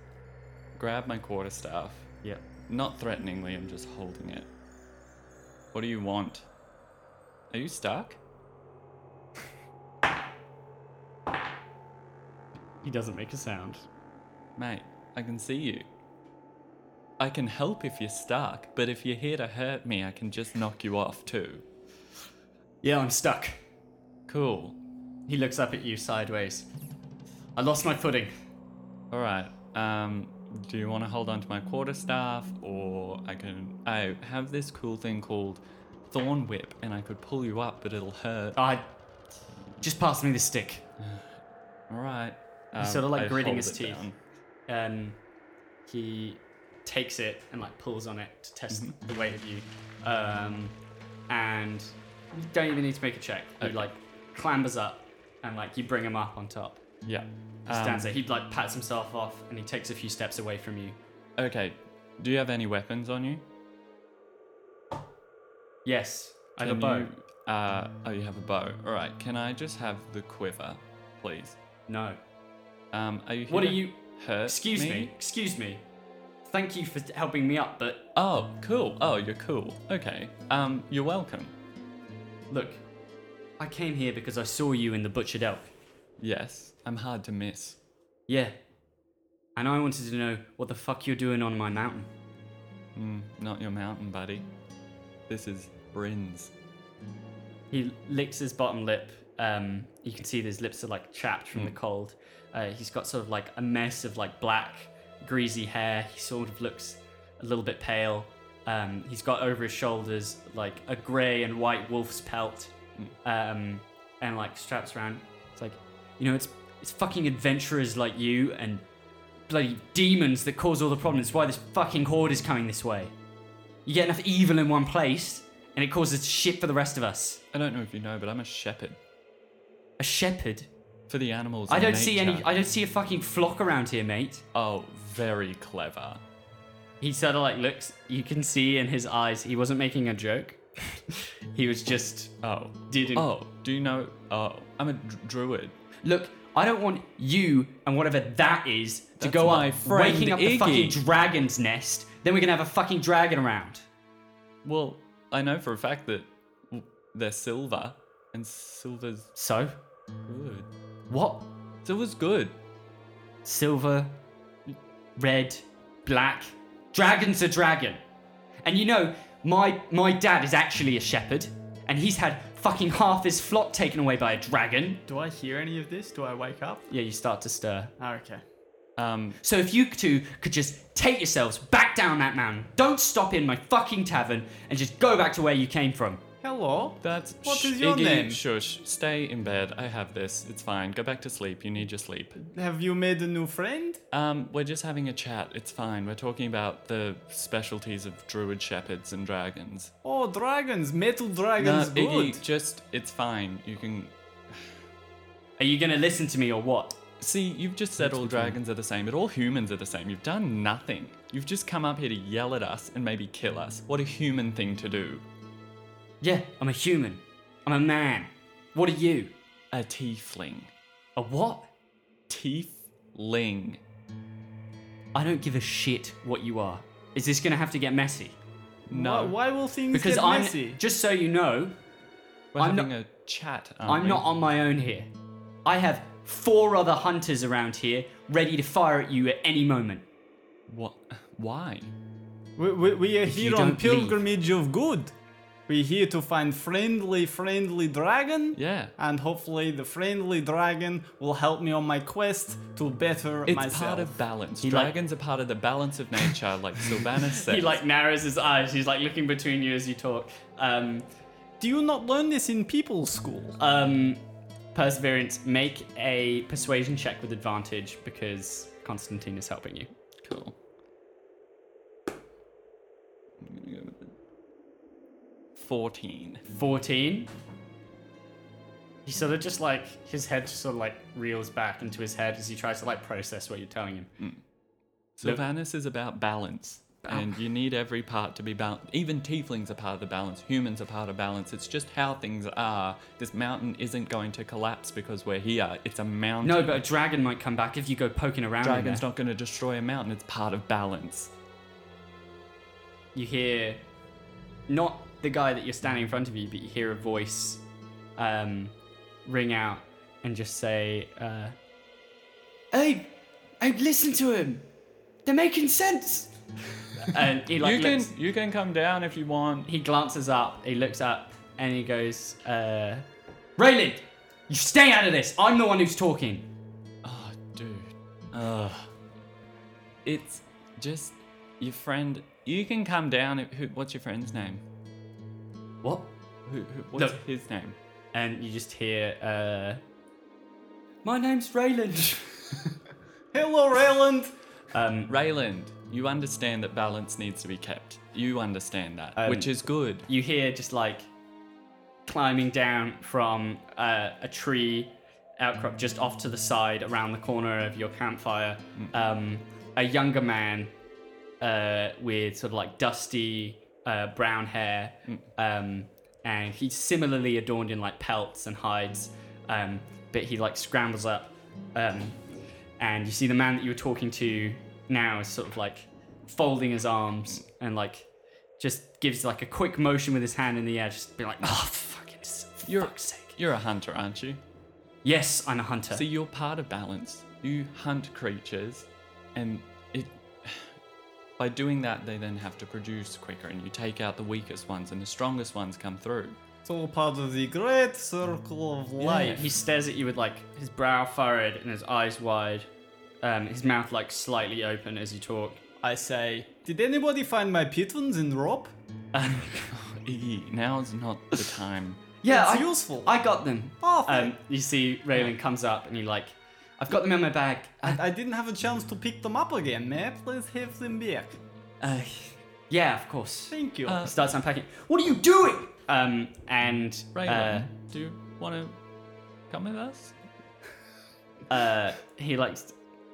Speaker 3: grab my quarterstaff.
Speaker 2: Yep.
Speaker 3: Not threateningly, I'm just holding it. What do you want? Are you stuck?
Speaker 2: He doesn't make a sound.
Speaker 3: Mate, I can see you. I can help if you're stuck, but if you're here to hurt me, I can just knock you off too.
Speaker 2: Yeah, I'm stuck.
Speaker 3: Cool.
Speaker 2: He looks up at you sideways. I lost my footing.
Speaker 3: All right. Um, do you want to hold on to my quarterstaff, or I can? I have this cool thing called Thorn Whip, and I could pull you up, but it'll hurt.
Speaker 2: I just pass me the stick.
Speaker 3: All right.
Speaker 2: sorta like
Speaker 3: um, I
Speaker 2: gritting
Speaker 3: hold
Speaker 2: his
Speaker 3: it
Speaker 2: teeth.
Speaker 3: down.
Speaker 2: um, he takes it and like pulls on it to test
Speaker 3: Mm-hmm.
Speaker 2: the weight of you, um, and you don't even need to make a check. He
Speaker 3: Okay.
Speaker 2: like clambers up and like you bring him up on top.
Speaker 3: Yeah.
Speaker 2: He
Speaker 3: Um,
Speaker 2: stands there. He like pats himself off and he takes a few steps away from you.
Speaker 3: Um, okay. Do you have any weapons on you?
Speaker 2: Yes, I have a
Speaker 3: Can
Speaker 2: bow.
Speaker 3: you- uh, oh, you have a bow. All right. Can I just have the quiver, please?
Speaker 2: No.
Speaker 3: Um, are you?
Speaker 2: What
Speaker 3: here
Speaker 2: are
Speaker 3: to
Speaker 2: you?
Speaker 3: Hurt
Speaker 2: Excuse me? Excuse me. Thank you for helping me up, but
Speaker 3: Oh, cool. Oh, you're cool. Okay. Um, you're welcome.
Speaker 2: look, I came here because I saw you in the butchered elk.
Speaker 3: Yes, I'm hard to miss.
Speaker 2: Yeah. And I wanted to know what the fuck you're doing on my mountain.
Speaker 3: Mm, not your mountain, buddy. This is Brin's.
Speaker 2: He licks his bottom lip. Um, you can see his lips are like chapped from the cold. Uh, he's got sort of like a mess of like black, greasy hair. He sort of looks a little bit pale. Um, he's got over his shoulders like a grey and white wolf's pelt, um, and like straps around. It's like, you know, it's it's fucking adventurers like you and bloody demons that cause all the problems. It's why this fucking horde is coming this way. You get enough evil in one place, and it causes shit for the rest of us.
Speaker 3: I don't know if you know, but I'm a shepherd
Speaker 2: A shepherd?
Speaker 3: for the animals.
Speaker 2: I
Speaker 3: and
Speaker 2: don't see any.
Speaker 3: nature.
Speaker 2: I don't see a fucking flock around here, mate.
Speaker 3: Oh, very clever.
Speaker 2: He sort of like looks. You can see in his eyes he wasn't making a joke. [laughs] he was just
Speaker 3: Oh.
Speaker 2: didn't.
Speaker 3: Oh, do you know? Oh, I'm a dr- druid.
Speaker 2: Look, I don't want you and whatever that is to
Speaker 3: That's
Speaker 2: go
Speaker 3: my
Speaker 2: up
Speaker 3: friend
Speaker 2: waking up the
Speaker 3: Iggy.
Speaker 2: fucking dragon's nest. Then we're gonna have a fucking dragon around.
Speaker 3: Well, I know for a fact that w- they're silver, and silver's
Speaker 2: So
Speaker 3: good.
Speaker 2: what?
Speaker 3: Silver's good.
Speaker 2: Silver, red, black. Dragon's a dragon. And you know, my my dad is actually a shepherd, and he's had fucking half his flock taken away by a dragon.
Speaker 4: Do I hear any of this? Do I wake up?
Speaker 2: Yeah, you start to stir.
Speaker 4: Ah, okay.
Speaker 3: Um,
Speaker 2: So if you two could just take yourselves back down that mountain, don't stop in my fucking tavern, and just go back to where you came from.
Speaker 4: Hello.
Speaker 3: that's
Speaker 4: What
Speaker 3: shh,
Speaker 4: is your
Speaker 3: Iggy,
Speaker 4: name?
Speaker 3: Shush. Stay in bed. I have this. It's fine. Go back to sleep. You need your sleep.
Speaker 4: Have you made a new friend?
Speaker 3: Um, we're just having a chat. It's fine. We're talking about the specialties of druid shepherds and dragons.
Speaker 4: Oh, dragons, metal
Speaker 3: No,
Speaker 4: dragons, good.
Speaker 3: Iggy, just it's fine. You can
Speaker 2: Are you gonna listen to me or what?
Speaker 3: see. You've just said all dragons are the same, but all humans are the same. You've done nothing. You've just come up here to yell at us and maybe kill us. What a human thing to do.
Speaker 2: Yeah, I'm a human. I'm a man. What are you?
Speaker 3: A tiefling.
Speaker 2: A what?
Speaker 3: Tiefling.
Speaker 2: I don't give a shit what you are. Is this gonna have to get messy?
Speaker 3: No,
Speaker 4: Why, why will things
Speaker 2: Because
Speaker 4: get
Speaker 2: I'm
Speaker 4: messy?
Speaker 2: just so you know,
Speaker 3: we're
Speaker 2: I'm
Speaker 3: having
Speaker 2: not-
Speaker 3: a chat. Aren't
Speaker 2: I'm
Speaker 3: we?
Speaker 2: not on my own here. I have four other hunters around here ready to fire at you at any moment.
Speaker 3: What? Why?
Speaker 4: We, we, we are
Speaker 2: you
Speaker 4: here on
Speaker 2: don't leave.
Speaker 4: pilgrimage of good. We're here to find friendly, friendly dragon.
Speaker 3: Yeah.
Speaker 2: Uh,
Speaker 4: And hopefully the friendly dragon will help me on my quest to better
Speaker 3: It's
Speaker 4: myself.
Speaker 3: part of balance.
Speaker 2: He like-
Speaker 3: Dragons are part of the balance of nature,
Speaker 2: [laughs]
Speaker 3: like Sylvanus said.
Speaker 2: He like narrows his eyes. He's like looking between you as you talk. Um,
Speaker 4: Do you not learn this in people's school?
Speaker 2: um, perseverance. Make a persuasion check with advantage because Constantine is helping you.
Speaker 3: Cool. I'm gonna go with it. Fourteen.
Speaker 2: Fourteen. He sort of just like his head just sort of like reels back into his head as he tries to like process what you're telling him.
Speaker 3: Sylvanus is about balance. And you need every part to be balanced. Even tieflings are part of the balance. Humans are part of balance. It's just how things are. This mountain isn't going to collapse because we're here. It's a mountain.
Speaker 2: No, but a dragon might come back if you go poking around. in
Speaker 3: dragon's
Speaker 2: there.
Speaker 3: not going to destroy a mountain. It's part of balance.
Speaker 2: You hear, not the guy that you're standing in front of you, but you hear a voice, um, ring out and just say, uh,
Speaker 1: Hey, hey, listen to him. They're making sense.
Speaker 2: [laughs] and he like
Speaker 3: you can
Speaker 2: looks-
Speaker 3: you can come down if you want.
Speaker 2: he glances up, he looks up, and he goes, uh, Rayland, you stay out of this. I'm the one who's talking.
Speaker 3: Oh, dude. Ugh. It's just your friend. You can come down. If, who, what's your friend's name?
Speaker 2: What?
Speaker 3: Who, who, what's
Speaker 2: Look.
Speaker 3: his name?
Speaker 2: And you just hear, uh, my name's Rayland.
Speaker 4: [laughs] Hello, Rayland.
Speaker 2: um,
Speaker 3: Rayland. You understand that balance needs to be kept. You understand that,
Speaker 2: Um,
Speaker 3: which is good.
Speaker 2: you hear just like climbing down from uh, a tree outcrop just off to the side around the corner of your campfire um, a younger man uh, with sort of like dusty uh, brown hair um, and he's similarly adorned in like pelts and hides um, but he like scrambles up um, and you see the man that you were talking to now is sort of like folding his arms and like just gives like a quick motion with his hand in the air, just be like, oh, fucking, s-
Speaker 3: You're-
Speaker 2: fuck's sake.
Speaker 3: You're a hunter, aren't you?
Speaker 2: Yes, I'm a hunter.
Speaker 3: See, you're part of balance. You hunt creatures, and it. [sighs] By doing that, they then have to produce quicker, and you take out the weakest ones, and the strongest ones come through. [sighs]
Speaker 4: It's all part of the great circle of life.
Speaker 2: He stares at you with like his brow furrowed and his eyes wide, um, his mouth like slightly open as you talk.
Speaker 4: I say, did anybody find my pitons in rope?
Speaker 3: Iggy, now's not the
Speaker 2: [laughs]
Speaker 3: time.
Speaker 2: Yeah,
Speaker 4: It's
Speaker 2: I,
Speaker 4: useful.
Speaker 2: I got them.
Speaker 4: Oh, thank-
Speaker 2: Um, you see, Raylan comes up and he like, I've got them in my bag. Uh,
Speaker 4: I didn't have a chance to pick them up again, man. Please have them back.
Speaker 2: uh, yeah, of course.
Speaker 4: Thank you.
Speaker 3: Uh,
Speaker 2: Starts unpacking. What are you doing? Um, and uh,
Speaker 3: Raylan, do you want to come with us?
Speaker 2: uh, he likes,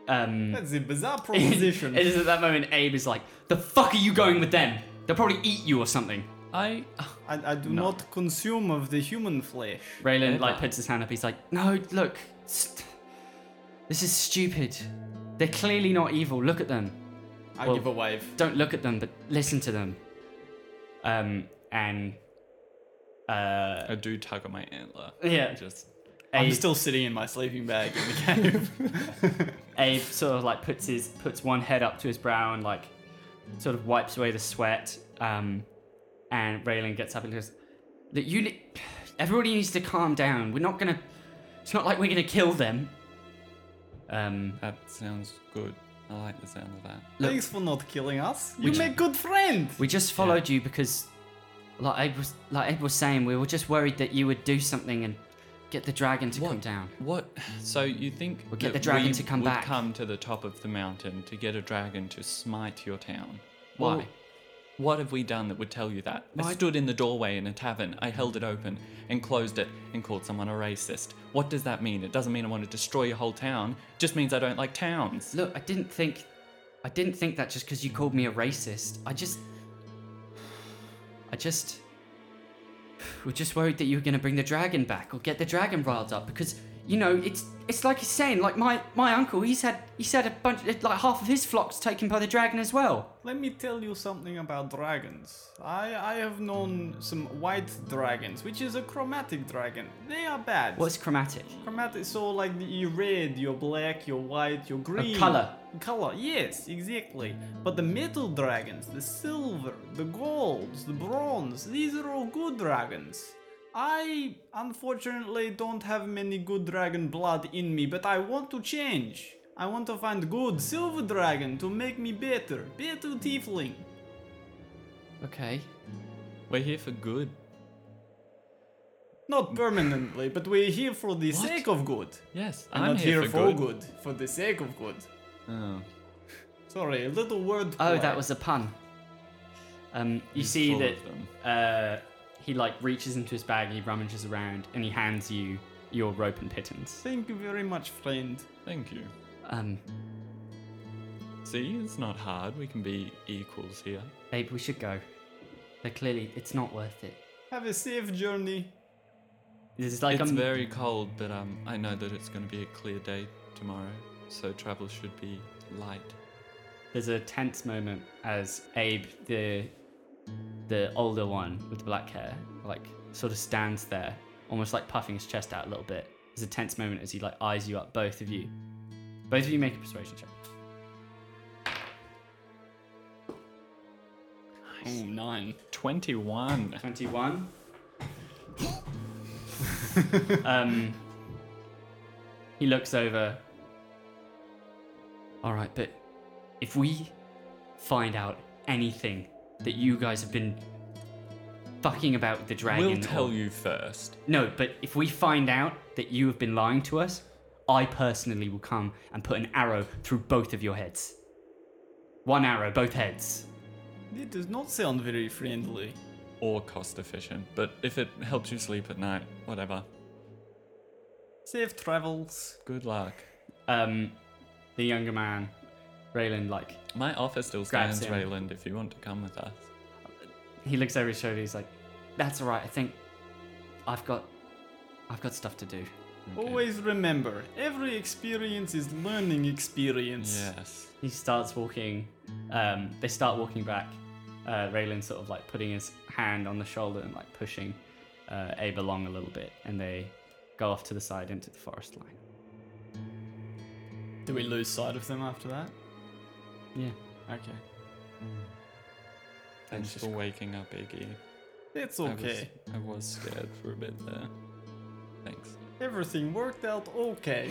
Speaker 2: um. [laughs]
Speaker 4: That's a bizarre proposition.
Speaker 2: it is at that moment Abe is like, the fuck are you going with them? They'll probably eat you or something.
Speaker 3: I. [sighs]
Speaker 4: I, I do not consume of the human flesh.
Speaker 2: Raylan
Speaker 3: Yeah.
Speaker 2: like puts his hand up. He's like, no, look, st- this is stupid. They're clearly not evil. Look at them.
Speaker 4: I
Speaker 2: Well-
Speaker 4: give a wave.
Speaker 2: Don't look at them, but listen to them. Um, and uh,
Speaker 3: I do tug on my antler.
Speaker 2: Yeah.
Speaker 3: Just.
Speaker 4: I'm
Speaker 2: Abe,
Speaker 4: still sitting in my sleeping
Speaker 2: [laughs]
Speaker 4: bag in the cave.
Speaker 2: Abe sort of like puts his puts one head up to his brow and like sort of wipes away the sweat. Um, and Raylan gets up and goes, "That you, ne- everybody needs to calm down. We're not gonna. It's not like we're gonna kill them. Um,
Speaker 3: That sounds good. I like the sound of that.
Speaker 2: Look-
Speaker 4: Thanks for not killing us. You
Speaker 2: Which-
Speaker 4: make good friend.
Speaker 2: we just followed you because, like Ed was like Ed was saying, we were just worried that you would do something and get the dragon to come down.
Speaker 3: What? So you think
Speaker 2: We'll get
Speaker 3: that
Speaker 2: the dragon
Speaker 3: we
Speaker 2: to come
Speaker 3: would
Speaker 2: back.
Speaker 3: come to the top of the mountain to get a dragon to smite your town?
Speaker 2: Well-
Speaker 3: Why? what have we done that would tell you that? I stood in the doorway in a tavern. I held it open and closed it and called someone a racist. What does that mean? It doesn't mean I want to destroy your whole town. Just means I don't like towns.
Speaker 2: Look, I didn't think, I didn't think that just because you called me a racist. I just, I just, we're just worried that you were gonna bring the dragon back or get the dragon riled up because you know it's it's like he's saying like my my uncle he's had he's had a bunch like half of his flocks taken by the dragon as well.
Speaker 4: Let me tell you something about dragons. I I have known some white dragons, which is a chromatic dragon. They are bad.
Speaker 2: What's chromatic?
Speaker 4: chromatic? So like your red, your black, your white, your green.
Speaker 2: colour.
Speaker 4: Color. Yes, exactly. But the metal dragons, the silver, the golds, the bronze, these are all good dragons. I unfortunately don't have many good dragon blood in me, but I want to change. I want to find good silver dragon to make me better, better tiefling.
Speaker 2: Okay.
Speaker 3: We're here for good.
Speaker 4: Not permanently, but we're here for the
Speaker 3: What?
Speaker 4: sake of good.
Speaker 3: Yes,
Speaker 4: I'm,
Speaker 3: I'm
Speaker 4: not here, for good.
Speaker 3: good.
Speaker 4: for the sake of good.
Speaker 3: Oh.
Speaker 4: Sorry, a little word.
Speaker 2: Oh,
Speaker 4: play.
Speaker 2: that was a pun. Um, you
Speaker 3: He's
Speaker 2: see
Speaker 3: full
Speaker 2: that
Speaker 3: of them.
Speaker 2: uh, he like reaches into his bag, he rummages around, and he hands you your rope and pittance.
Speaker 4: Thank you very much, friend.
Speaker 3: Thank you.
Speaker 2: Um,
Speaker 3: See, it's not hard. We can be equals here.
Speaker 2: babe, we should go. But clearly, it's not worth it.
Speaker 4: Have a safe journey.
Speaker 2: This is like um,
Speaker 3: it's
Speaker 2: a,
Speaker 3: very cold, but um, I know that it's going to be a clear day tomorrow, so travel should be light.
Speaker 2: there's a tense moment as Abe, the the older one with the black hair, like sort of stands there, almost like puffing his chest out a little bit. There's a tense moment as he like eyes you up, both of you. Both of you make a persuasion check.
Speaker 4: Oh, nine.
Speaker 3: 21. [laughs]
Speaker 2: 21. um, he looks over. All right, but if we find out anything that you guys have been fucking about with the dragon,
Speaker 3: We'll tell
Speaker 2: or-
Speaker 3: you first.
Speaker 2: No, but if we find out that you have been lying to us, I personally will come and put an arrow through both of your heads. One arrow, both heads.
Speaker 4: It does not sound very friendly.
Speaker 3: Or cost efficient, but if it helps you sleep at night, whatever.
Speaker 4: Safe travels.
Speaker 3: Good luck.
Speaker 2: Um, the younger man, Raylan, like
Speaker 3: My offer still
Speaker 2: Grabs
Speaker 3: stands,
Speaker 2: him.
Speaker 3: Rayland, if you want to come with us.
Speaker 2: he looks over his shoulder. He's like, "That's all right. I think I've got, I've got stuff to do."
Speaker 3: Okay.
Speaker 4: Always remember, every experience is learning experience.
Speaker 3: Yes.
Speaker 2: He starts walking. Um, they start walking back. Uh, Raylan sort of like putting his hand on the shoulder and like pushing uh, Abe along a little bit, and they go off to the side into the forest line.
Speaker 4: Do we lose sight of them after that?
Speaker 2: Yeah.
Speaker 4: Okay.
Speaker 3: Thanks
Speaker 2: just
Speaker 3: for waking up, Iggy.
Speaker 4: It's okay.
Speaker 3: I was, I was scared for a bit there. Thanks.
Speaker 4: Everything worked out okay.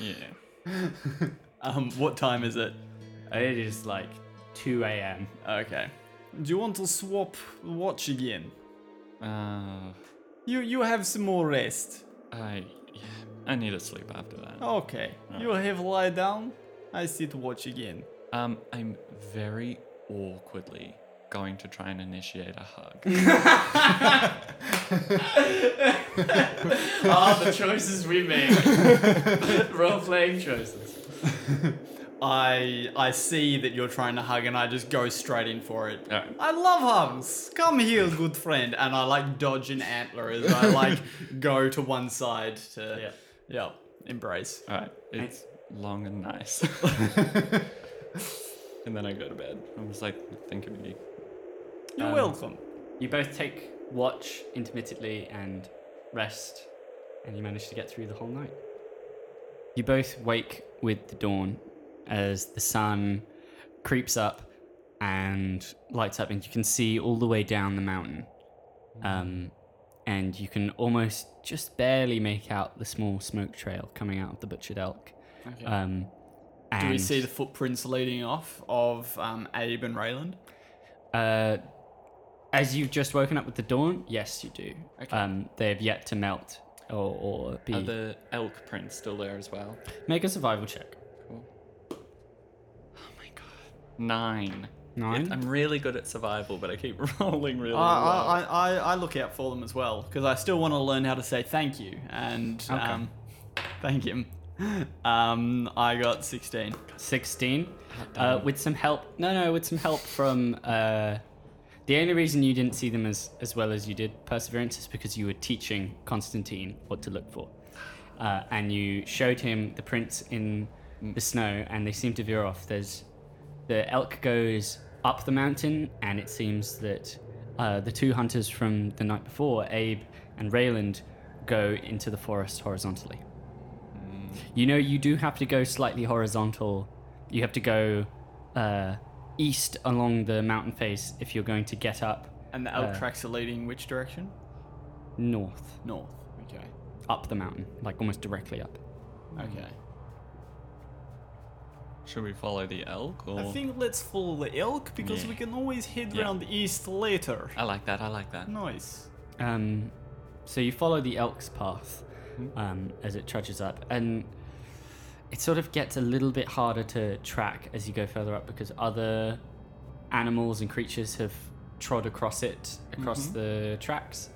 Speaker 3: Yeah.
Speaker 4: Um, what time is it?
Speaker 2: It is like 2 a.m.
Speaker 4: Okay. Do you want to swap watch again?
Speaker 3: Uh,
Speaker 4: You you have some more rest.
Speaker 3: I, yeah, I need to sleep after that.
Speaker 4: Okay. You have lie down. I sit watch again.
Speaker 3: Um, I'm very awkwardly going to try and initiate a hug.
Speaker 4: [laughs]
Speaker 2: Ah, the choices we make.
Speaker 4: [laughs]
Speaker 2: Role playing choices.
Speaker 4: I I see that you're trying to hug and I just go straight in for it.
Speaker 3: Alright.
Speaker 4: I love hugs. Come here, good friend. And I like dodge an antler
Speaker 2: [laughs]
Speaker 4: as I like go to one side to yeah, embrace.
Speaker 3: All right, it's long and
Speaker 4: [laughs]
Speaker 3: nice. and then I go to bed. I'm just like, thank you, Iggy.
Speaker 4: You're
Speaker 2: Um,
Speaker 4: welcome.
Speaker 2: You both take watch intermittently and rest, and you manage to get through the whole night. You both wake with the dawn as the sun creeps up and lights up, and you can see all the way down the mountain. Um, and you can almost just barely make out the small smoke trail coming out of the butchered elk
Speaker 4: Okay.
Speaker 2: Um, and,
Speaker 4: Do we see the footprints leading off of um, Abe and Rayland?
Speaker 2: Uh, as you've just woken up with the dawn, yes, you do.
Speaker 4: Okay.
Speaker 2: Um, they have yet to melt or, or be.
Speaker 3: Are the elk prints still there as well?
Speaker 2: Make a survival check.
Speaker 3: Cool. Oh my god. Nine.
Speaker 2: Nine?
Speaker 3: It- I'm really good at survival, but I keep [laughs] rolling really
Speaker 4: I,
Speaker 3: low.
Speaker 4: I, I, I look out for them as well because I still want to learn how to say thank you and um, thank him. [laughs] Um, I got 16.
Speaker 2: 16 uh, with some help no no with some help from uh, the only reason you didn't see them as, as well as you did perseverance is because you were teaching constantine what to look for uh, and you showed him the prints in the snow and they seem to veer off there's the elk goes up the mountain and it seems that uh, the two hunters from the night before abe and rayland go into the forest horizontally you know, you do have to go slightly horizontal. You have to go uh, east along the mountain face if you're going to get up
Speaker 4: And the
Speaker 2: Uh,
Speaker 4: elk tracks are leading which direction?
Speaker 2: north,
Speaker 4: North. Okay.
Speaker 2: up the mountain, like almost directly up.
Speaker 4: Okay.
Speaker 3: Should we follow the elk or?
Speaker 4: I think let's follow the elk because
Speaker 3: Yeah.
Speaker 4: we can always head
Speaker 3: Yeah. Uh,
Speaker 4: round east later.
Speaker 3: I like that. I like that.
Speaker 4: Nice.
Speaker 2: Um, so you follow the elk's path um, as it trudges up, and it sort of gets a little bit harder to track as you go further up because other animals and creatures have trod across it, across the tracks,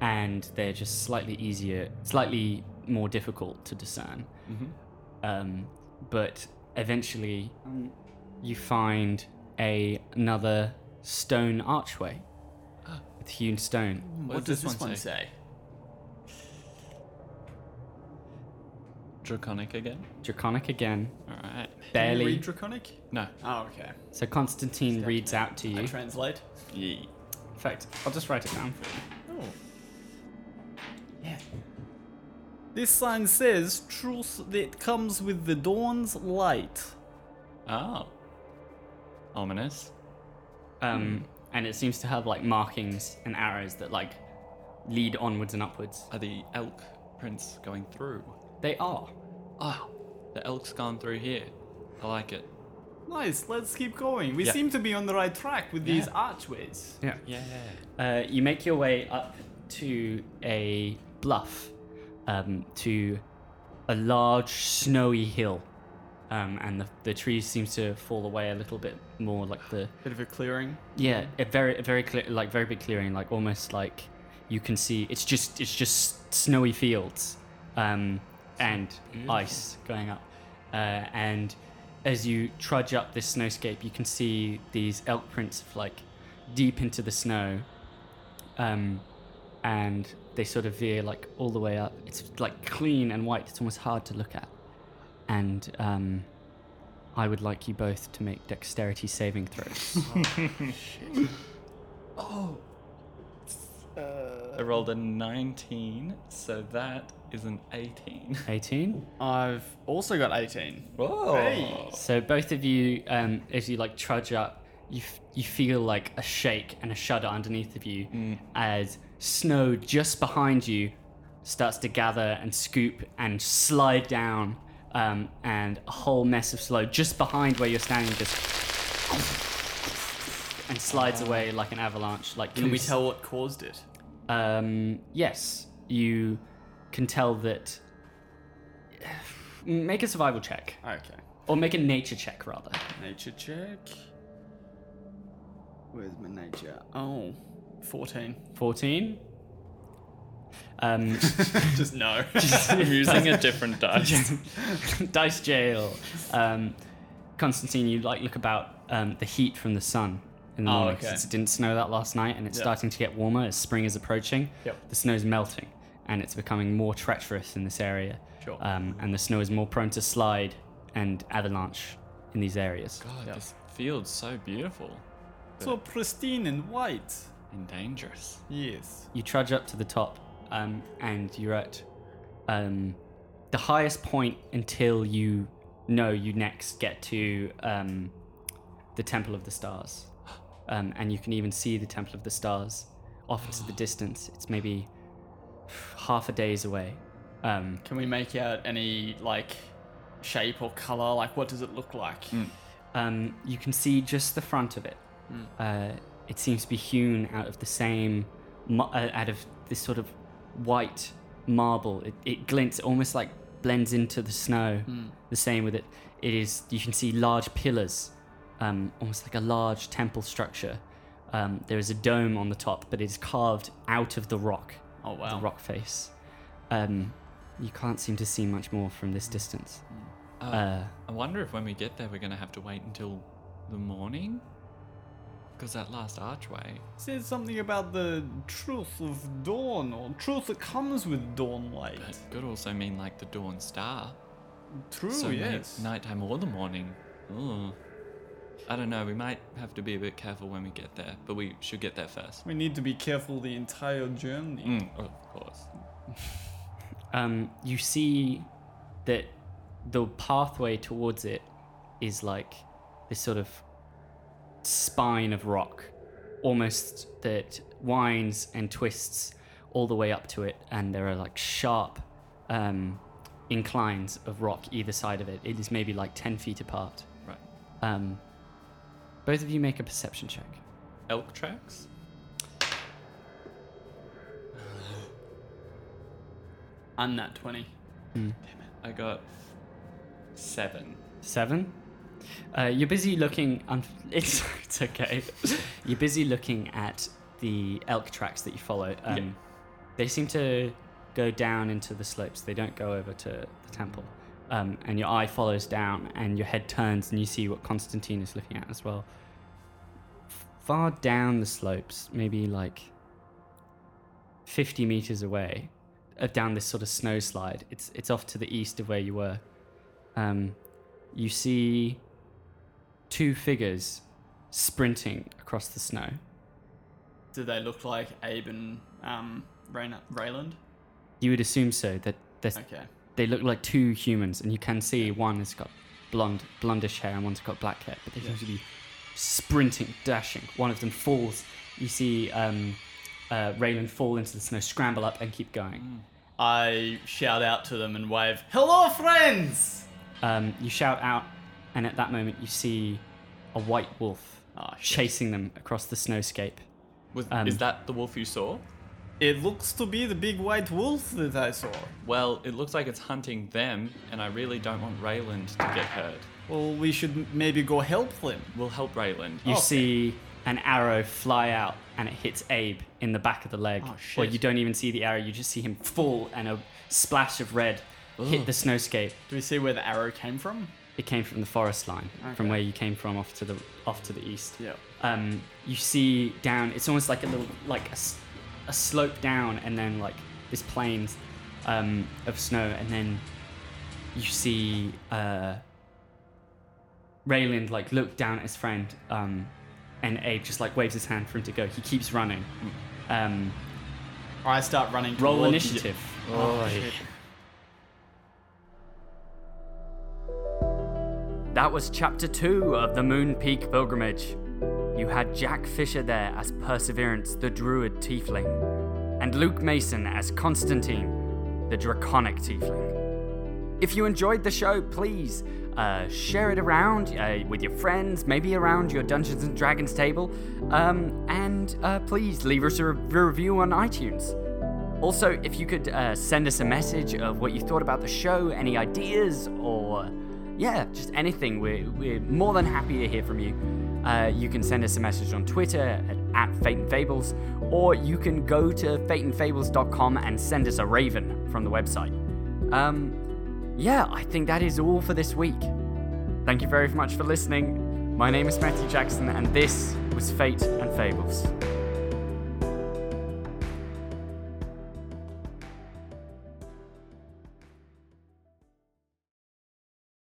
Speaker 2: and they're just slightly easier, slightly more difficult to discern. Um, but eventually, you find a another stone archway [gasps] with hewn stone.
Speaker 4: What,
Speaker 3: does
Speaker 4: does
Speaker 3: this
Speaker 4: this
Speaker 3: one
Speaker 4: one say?
Speaker 3: Draconic again.
Speaker 2: Draconic again,
Speaker 3: All right.
Speaker 4: Can you
Speaker 2: barely.
Speaker 4: read Draconic?
Speaker 3: No.
Speaker 4: Oh, okay.
Speaker 2: so Constantine reads out to
Speaker 4: I
Speaker 2: you.
Speaker 4: translate.
Speaker 3: Ye.
Speaker 2: In fact, I'll just write it down for you.
Speaker 4: Oh. Yeah. This sign says truth that comes with the dawn's light.
Speaker 3: Oh. Ominous.
Speaker 2: Um,
Speaker 4: Hmm.
Speaker 2: and it seems to have like markings and arrows that like lead onwards and upwards.
Speaker 3: Are the elk prints going through?
Speaker 2: They are.
Speaker 3: Oh, the elk's gone through here. I like it.
Speaker 4: Nice, let's keep going. We
Speaker 3: Yeah.
Speaker 4: seem to be on the right track with these archways.
Speaker 2: Yeah.
Speaker 3: Yeah.
Speaker 2: Uh, you make your way up to a bluff, um, to a large snowy hill, um, and the, the trees seems to fall away a little bit more, like the
Speaker 4: Bit of a clearing.
Speaker 2: Yeah, a very, a very clear, like very big clearing, like almost like you can see. It's just, it's just snowy fields, um, and ice going up. Uh, and as you trudge up this snowscape, you can see these elk prints of like deep into the snow, um, and they sort of veer like all the way up. It's like clean and white. It's almost hard to look at. And um, I would like you both to make dexterity saving throws.
Speaker 3: I rolled a 19, so that is an 18.
Speaker 2: 18.
Speaker 4: I've also got 18.
Speaker 3: Whoa.
Speaker 4: Hey.
Speaker 2: So both of you, um, as you like trudge up, you f- you feel like a shake and a shudder underneath of you
Speaker 4: Mm.
Speaker 2: as snow just behind you starts to gather and scoop and slide down, um, and a whole mess of snow just behind where you're standing just and slides away like an avalanche. Like
Speaker 4: Can we
Speaker 2: loose.
Speaker 4: tell what caused it?
Speaker 2: Um, yes, you can tell that. [sighs] Make a survival check,
Speaker 4: Okay.
Speaker 2: or make a nature check rather.
Speaker 4: Nature check. Where's my nature? Oh, 14.
Speaker 2: 14 um,
Speaker 4: [laughs] [laughs] Just no.
Speaker 3: I'm using a different dice.
Speaker 2: [laughs] dice jail um, constantine you like look about um, the heat from the sun in the
Speaker 4: Oh,
Speaker 2: morning
Speaker 4: okay.
Speaker 2: 'cause it didn't snow that last night and it's
Speaker 4: Yeah.
Speaker 2: starting to get warmer as spring is approaching
Speaker 4: Yep.
Speaker 2: the snow's melting and it's becoming more treacherous in this area
Speaker 4: Sure.
Speaker 2: um, and the snow is more prone to slide and avalanche in these areas
Speaker 3: God, this field's so beautiful
Speaker 4: so pristine and white.
Speaker 3: and dangerous.
Speaker 4: Yes.
Speaker 2: you trudge up to the top um, and you're at um, the highest point until you know you next get to um, the temple of the stars um, and you can even see the temple of the stars off into the distance it's maybe half a day's away um,
Speaker 4: Can we make out any, like, shape or color? Like, what does it look like?
Speaker 2: Um, you can see just the front of it.
Speaker 4: Hmm.
Speaker 2: Uh, it seems to be hewn out of the same, ma- uh, out of this sort of white marble. It, it glints almost like blends into the snow.
Speaker 4: Hmm.
Speaker 2: The same with it. It is. You can see large pillars, um, almost like a large temple structure. Um, there is a dome on the top, but it is carved out of the rock.
Speaker 4: Oh, wow.
Speaker 2: The rock face. Um, you can't seem to see much more from this distance.
Speaker 4: Hmm.
Speaker 3: Uh,
Speaker 2: Uh,
Speaker 3: I wonder if when we get there, we're gonna have to wait until the morning, because that last archway.
Speaker 4: Said something about the truth of dawn or truth that comes with dawn light.
Speaker 3: That could also mean like the dawn star.
Speaker 4: True,
Speaker 3: so may-
Speaker 4: yes.
Speaker 3: nighttime or the morning. Ooh. I don't know. We might have to be a bit careful when we get there, but we should get there first.
Speaker 4: We need to be careful the entire journey.
Speaker 3: Mm, of course.
Speaker 2: um, you see that the pathway towards it is like this sort of spine of rock, almost that winds and twists all the way up to it, and there are like sharp um, inclines of rock either side of it. It is maybe like 10 feet apart.
Speaker 3: Right.
Speaker 2: Um, both of you make a perception check.
Speaker 3: Elk tracks.
Speaker 4: And that 20.
Speaker 3: I got seven.
Speaker 2: Seven. Uh, you're busy looking. Um, [laughs] it's it's okay. you're busy looking at the elk tracks that you follow. Um,
Speaker 3: Yeah.
Speaker 2: They seem to go down into the slopes. They don't go over to the temple. Um, and your eye follows down, and your head turns, and you see what Constantine is looking at as well. F- Far down the slopes, maybe like 50 meters away, uh, down this sort of snow slide. It's it's off to the east of where you were. Um, you see two figures sprinting across the snow.
Speaker 4: Do they look like Abe and um, Rayna- Rayland?
Speaker 2: You would assume so that there's-
Speaker 4: Okay.
Speaker 2: they look like two humans, and you can see one has got blonde, blondish hair, and one's got black hair. But they seem to be sprinting, dashing. One of them falls. You see um, uh, Raylan fall into the snow, scramble up, and keep going.
Speaker 4: I shout out to them and wave, Hello, friends!
Speaker 2: Um, you shout out, and at that moment, you see a white wolf
Speaker 4: Ah, shit.
Speaker 2: chasing them across the snowscape.
Speaker 3: Was,
Speaker 2: Um,
Speaker 3: is that the wolf you saw?
Speaker 4: It looks to be the big white wolf that I saw.
Speaker 3: Well, it looks like it's hunting them, and I really don't want Rayland to get hurt.
Speaker 4: Well, we should m- maybe go help them.
Speaker 3: We'll help Rayland.
Speaker 2: You
Speaker 4: Okay.
Speaker 2: see an arrow fly out and it hits Abe in the back of the leg.
Speaker 4: Oh,
Speaker 2: Or
Speaker 4: shit.
Speaker 2: you don't even see the arrow, you just see him fall and a splash of red hit the snowscape.
Speaker 4: Do we see where the arrow came from?
Speaker 2: It came from the forest line,
Speaker 4: Okay.
Speaker 2: from where you came from off to the off to the east.
Speaker 4: Yeah.
Speaker 2: Um, you see down, it's almost like a little like a, s- a slope down and then like this plains um, of snow and then you see uh, Rayland like look down at his friend, um, and Abe just like waves his hand for him to go. He keeps running. Um,
Speaker 4: I start running
Speaker 2: roll
Speaker 4: towards-
Speaker 2: initiative.
Speaker 4: Oh, shit.
Speaker 2: That was chapter two of the Moon Peak Pilgrimage. You had Jack Fisher there as Perseverance, the Druid Tiefling, and Luke Mason as Constantine, the Draconic Tiefling. If you enjoyed the show, please uh, share it around uh, with your friends, maybe around your Dungeons and Dragons table, um, and uh, please leave us a re- review on iTunes. Also, if you could uh, send us a message of what you thought about the show, any ideas, or yeah, just anything, we're, we're more than happy to hear from you. Uh, you can send us a message on Twitter at, at Fate and Fables, or you can go to fateandfables.com and send us a raven from the website. Um, yeah, I think that is all for this week. Thank you very much for listening. My name is Matthew Jackson, and this was Fate and Fables.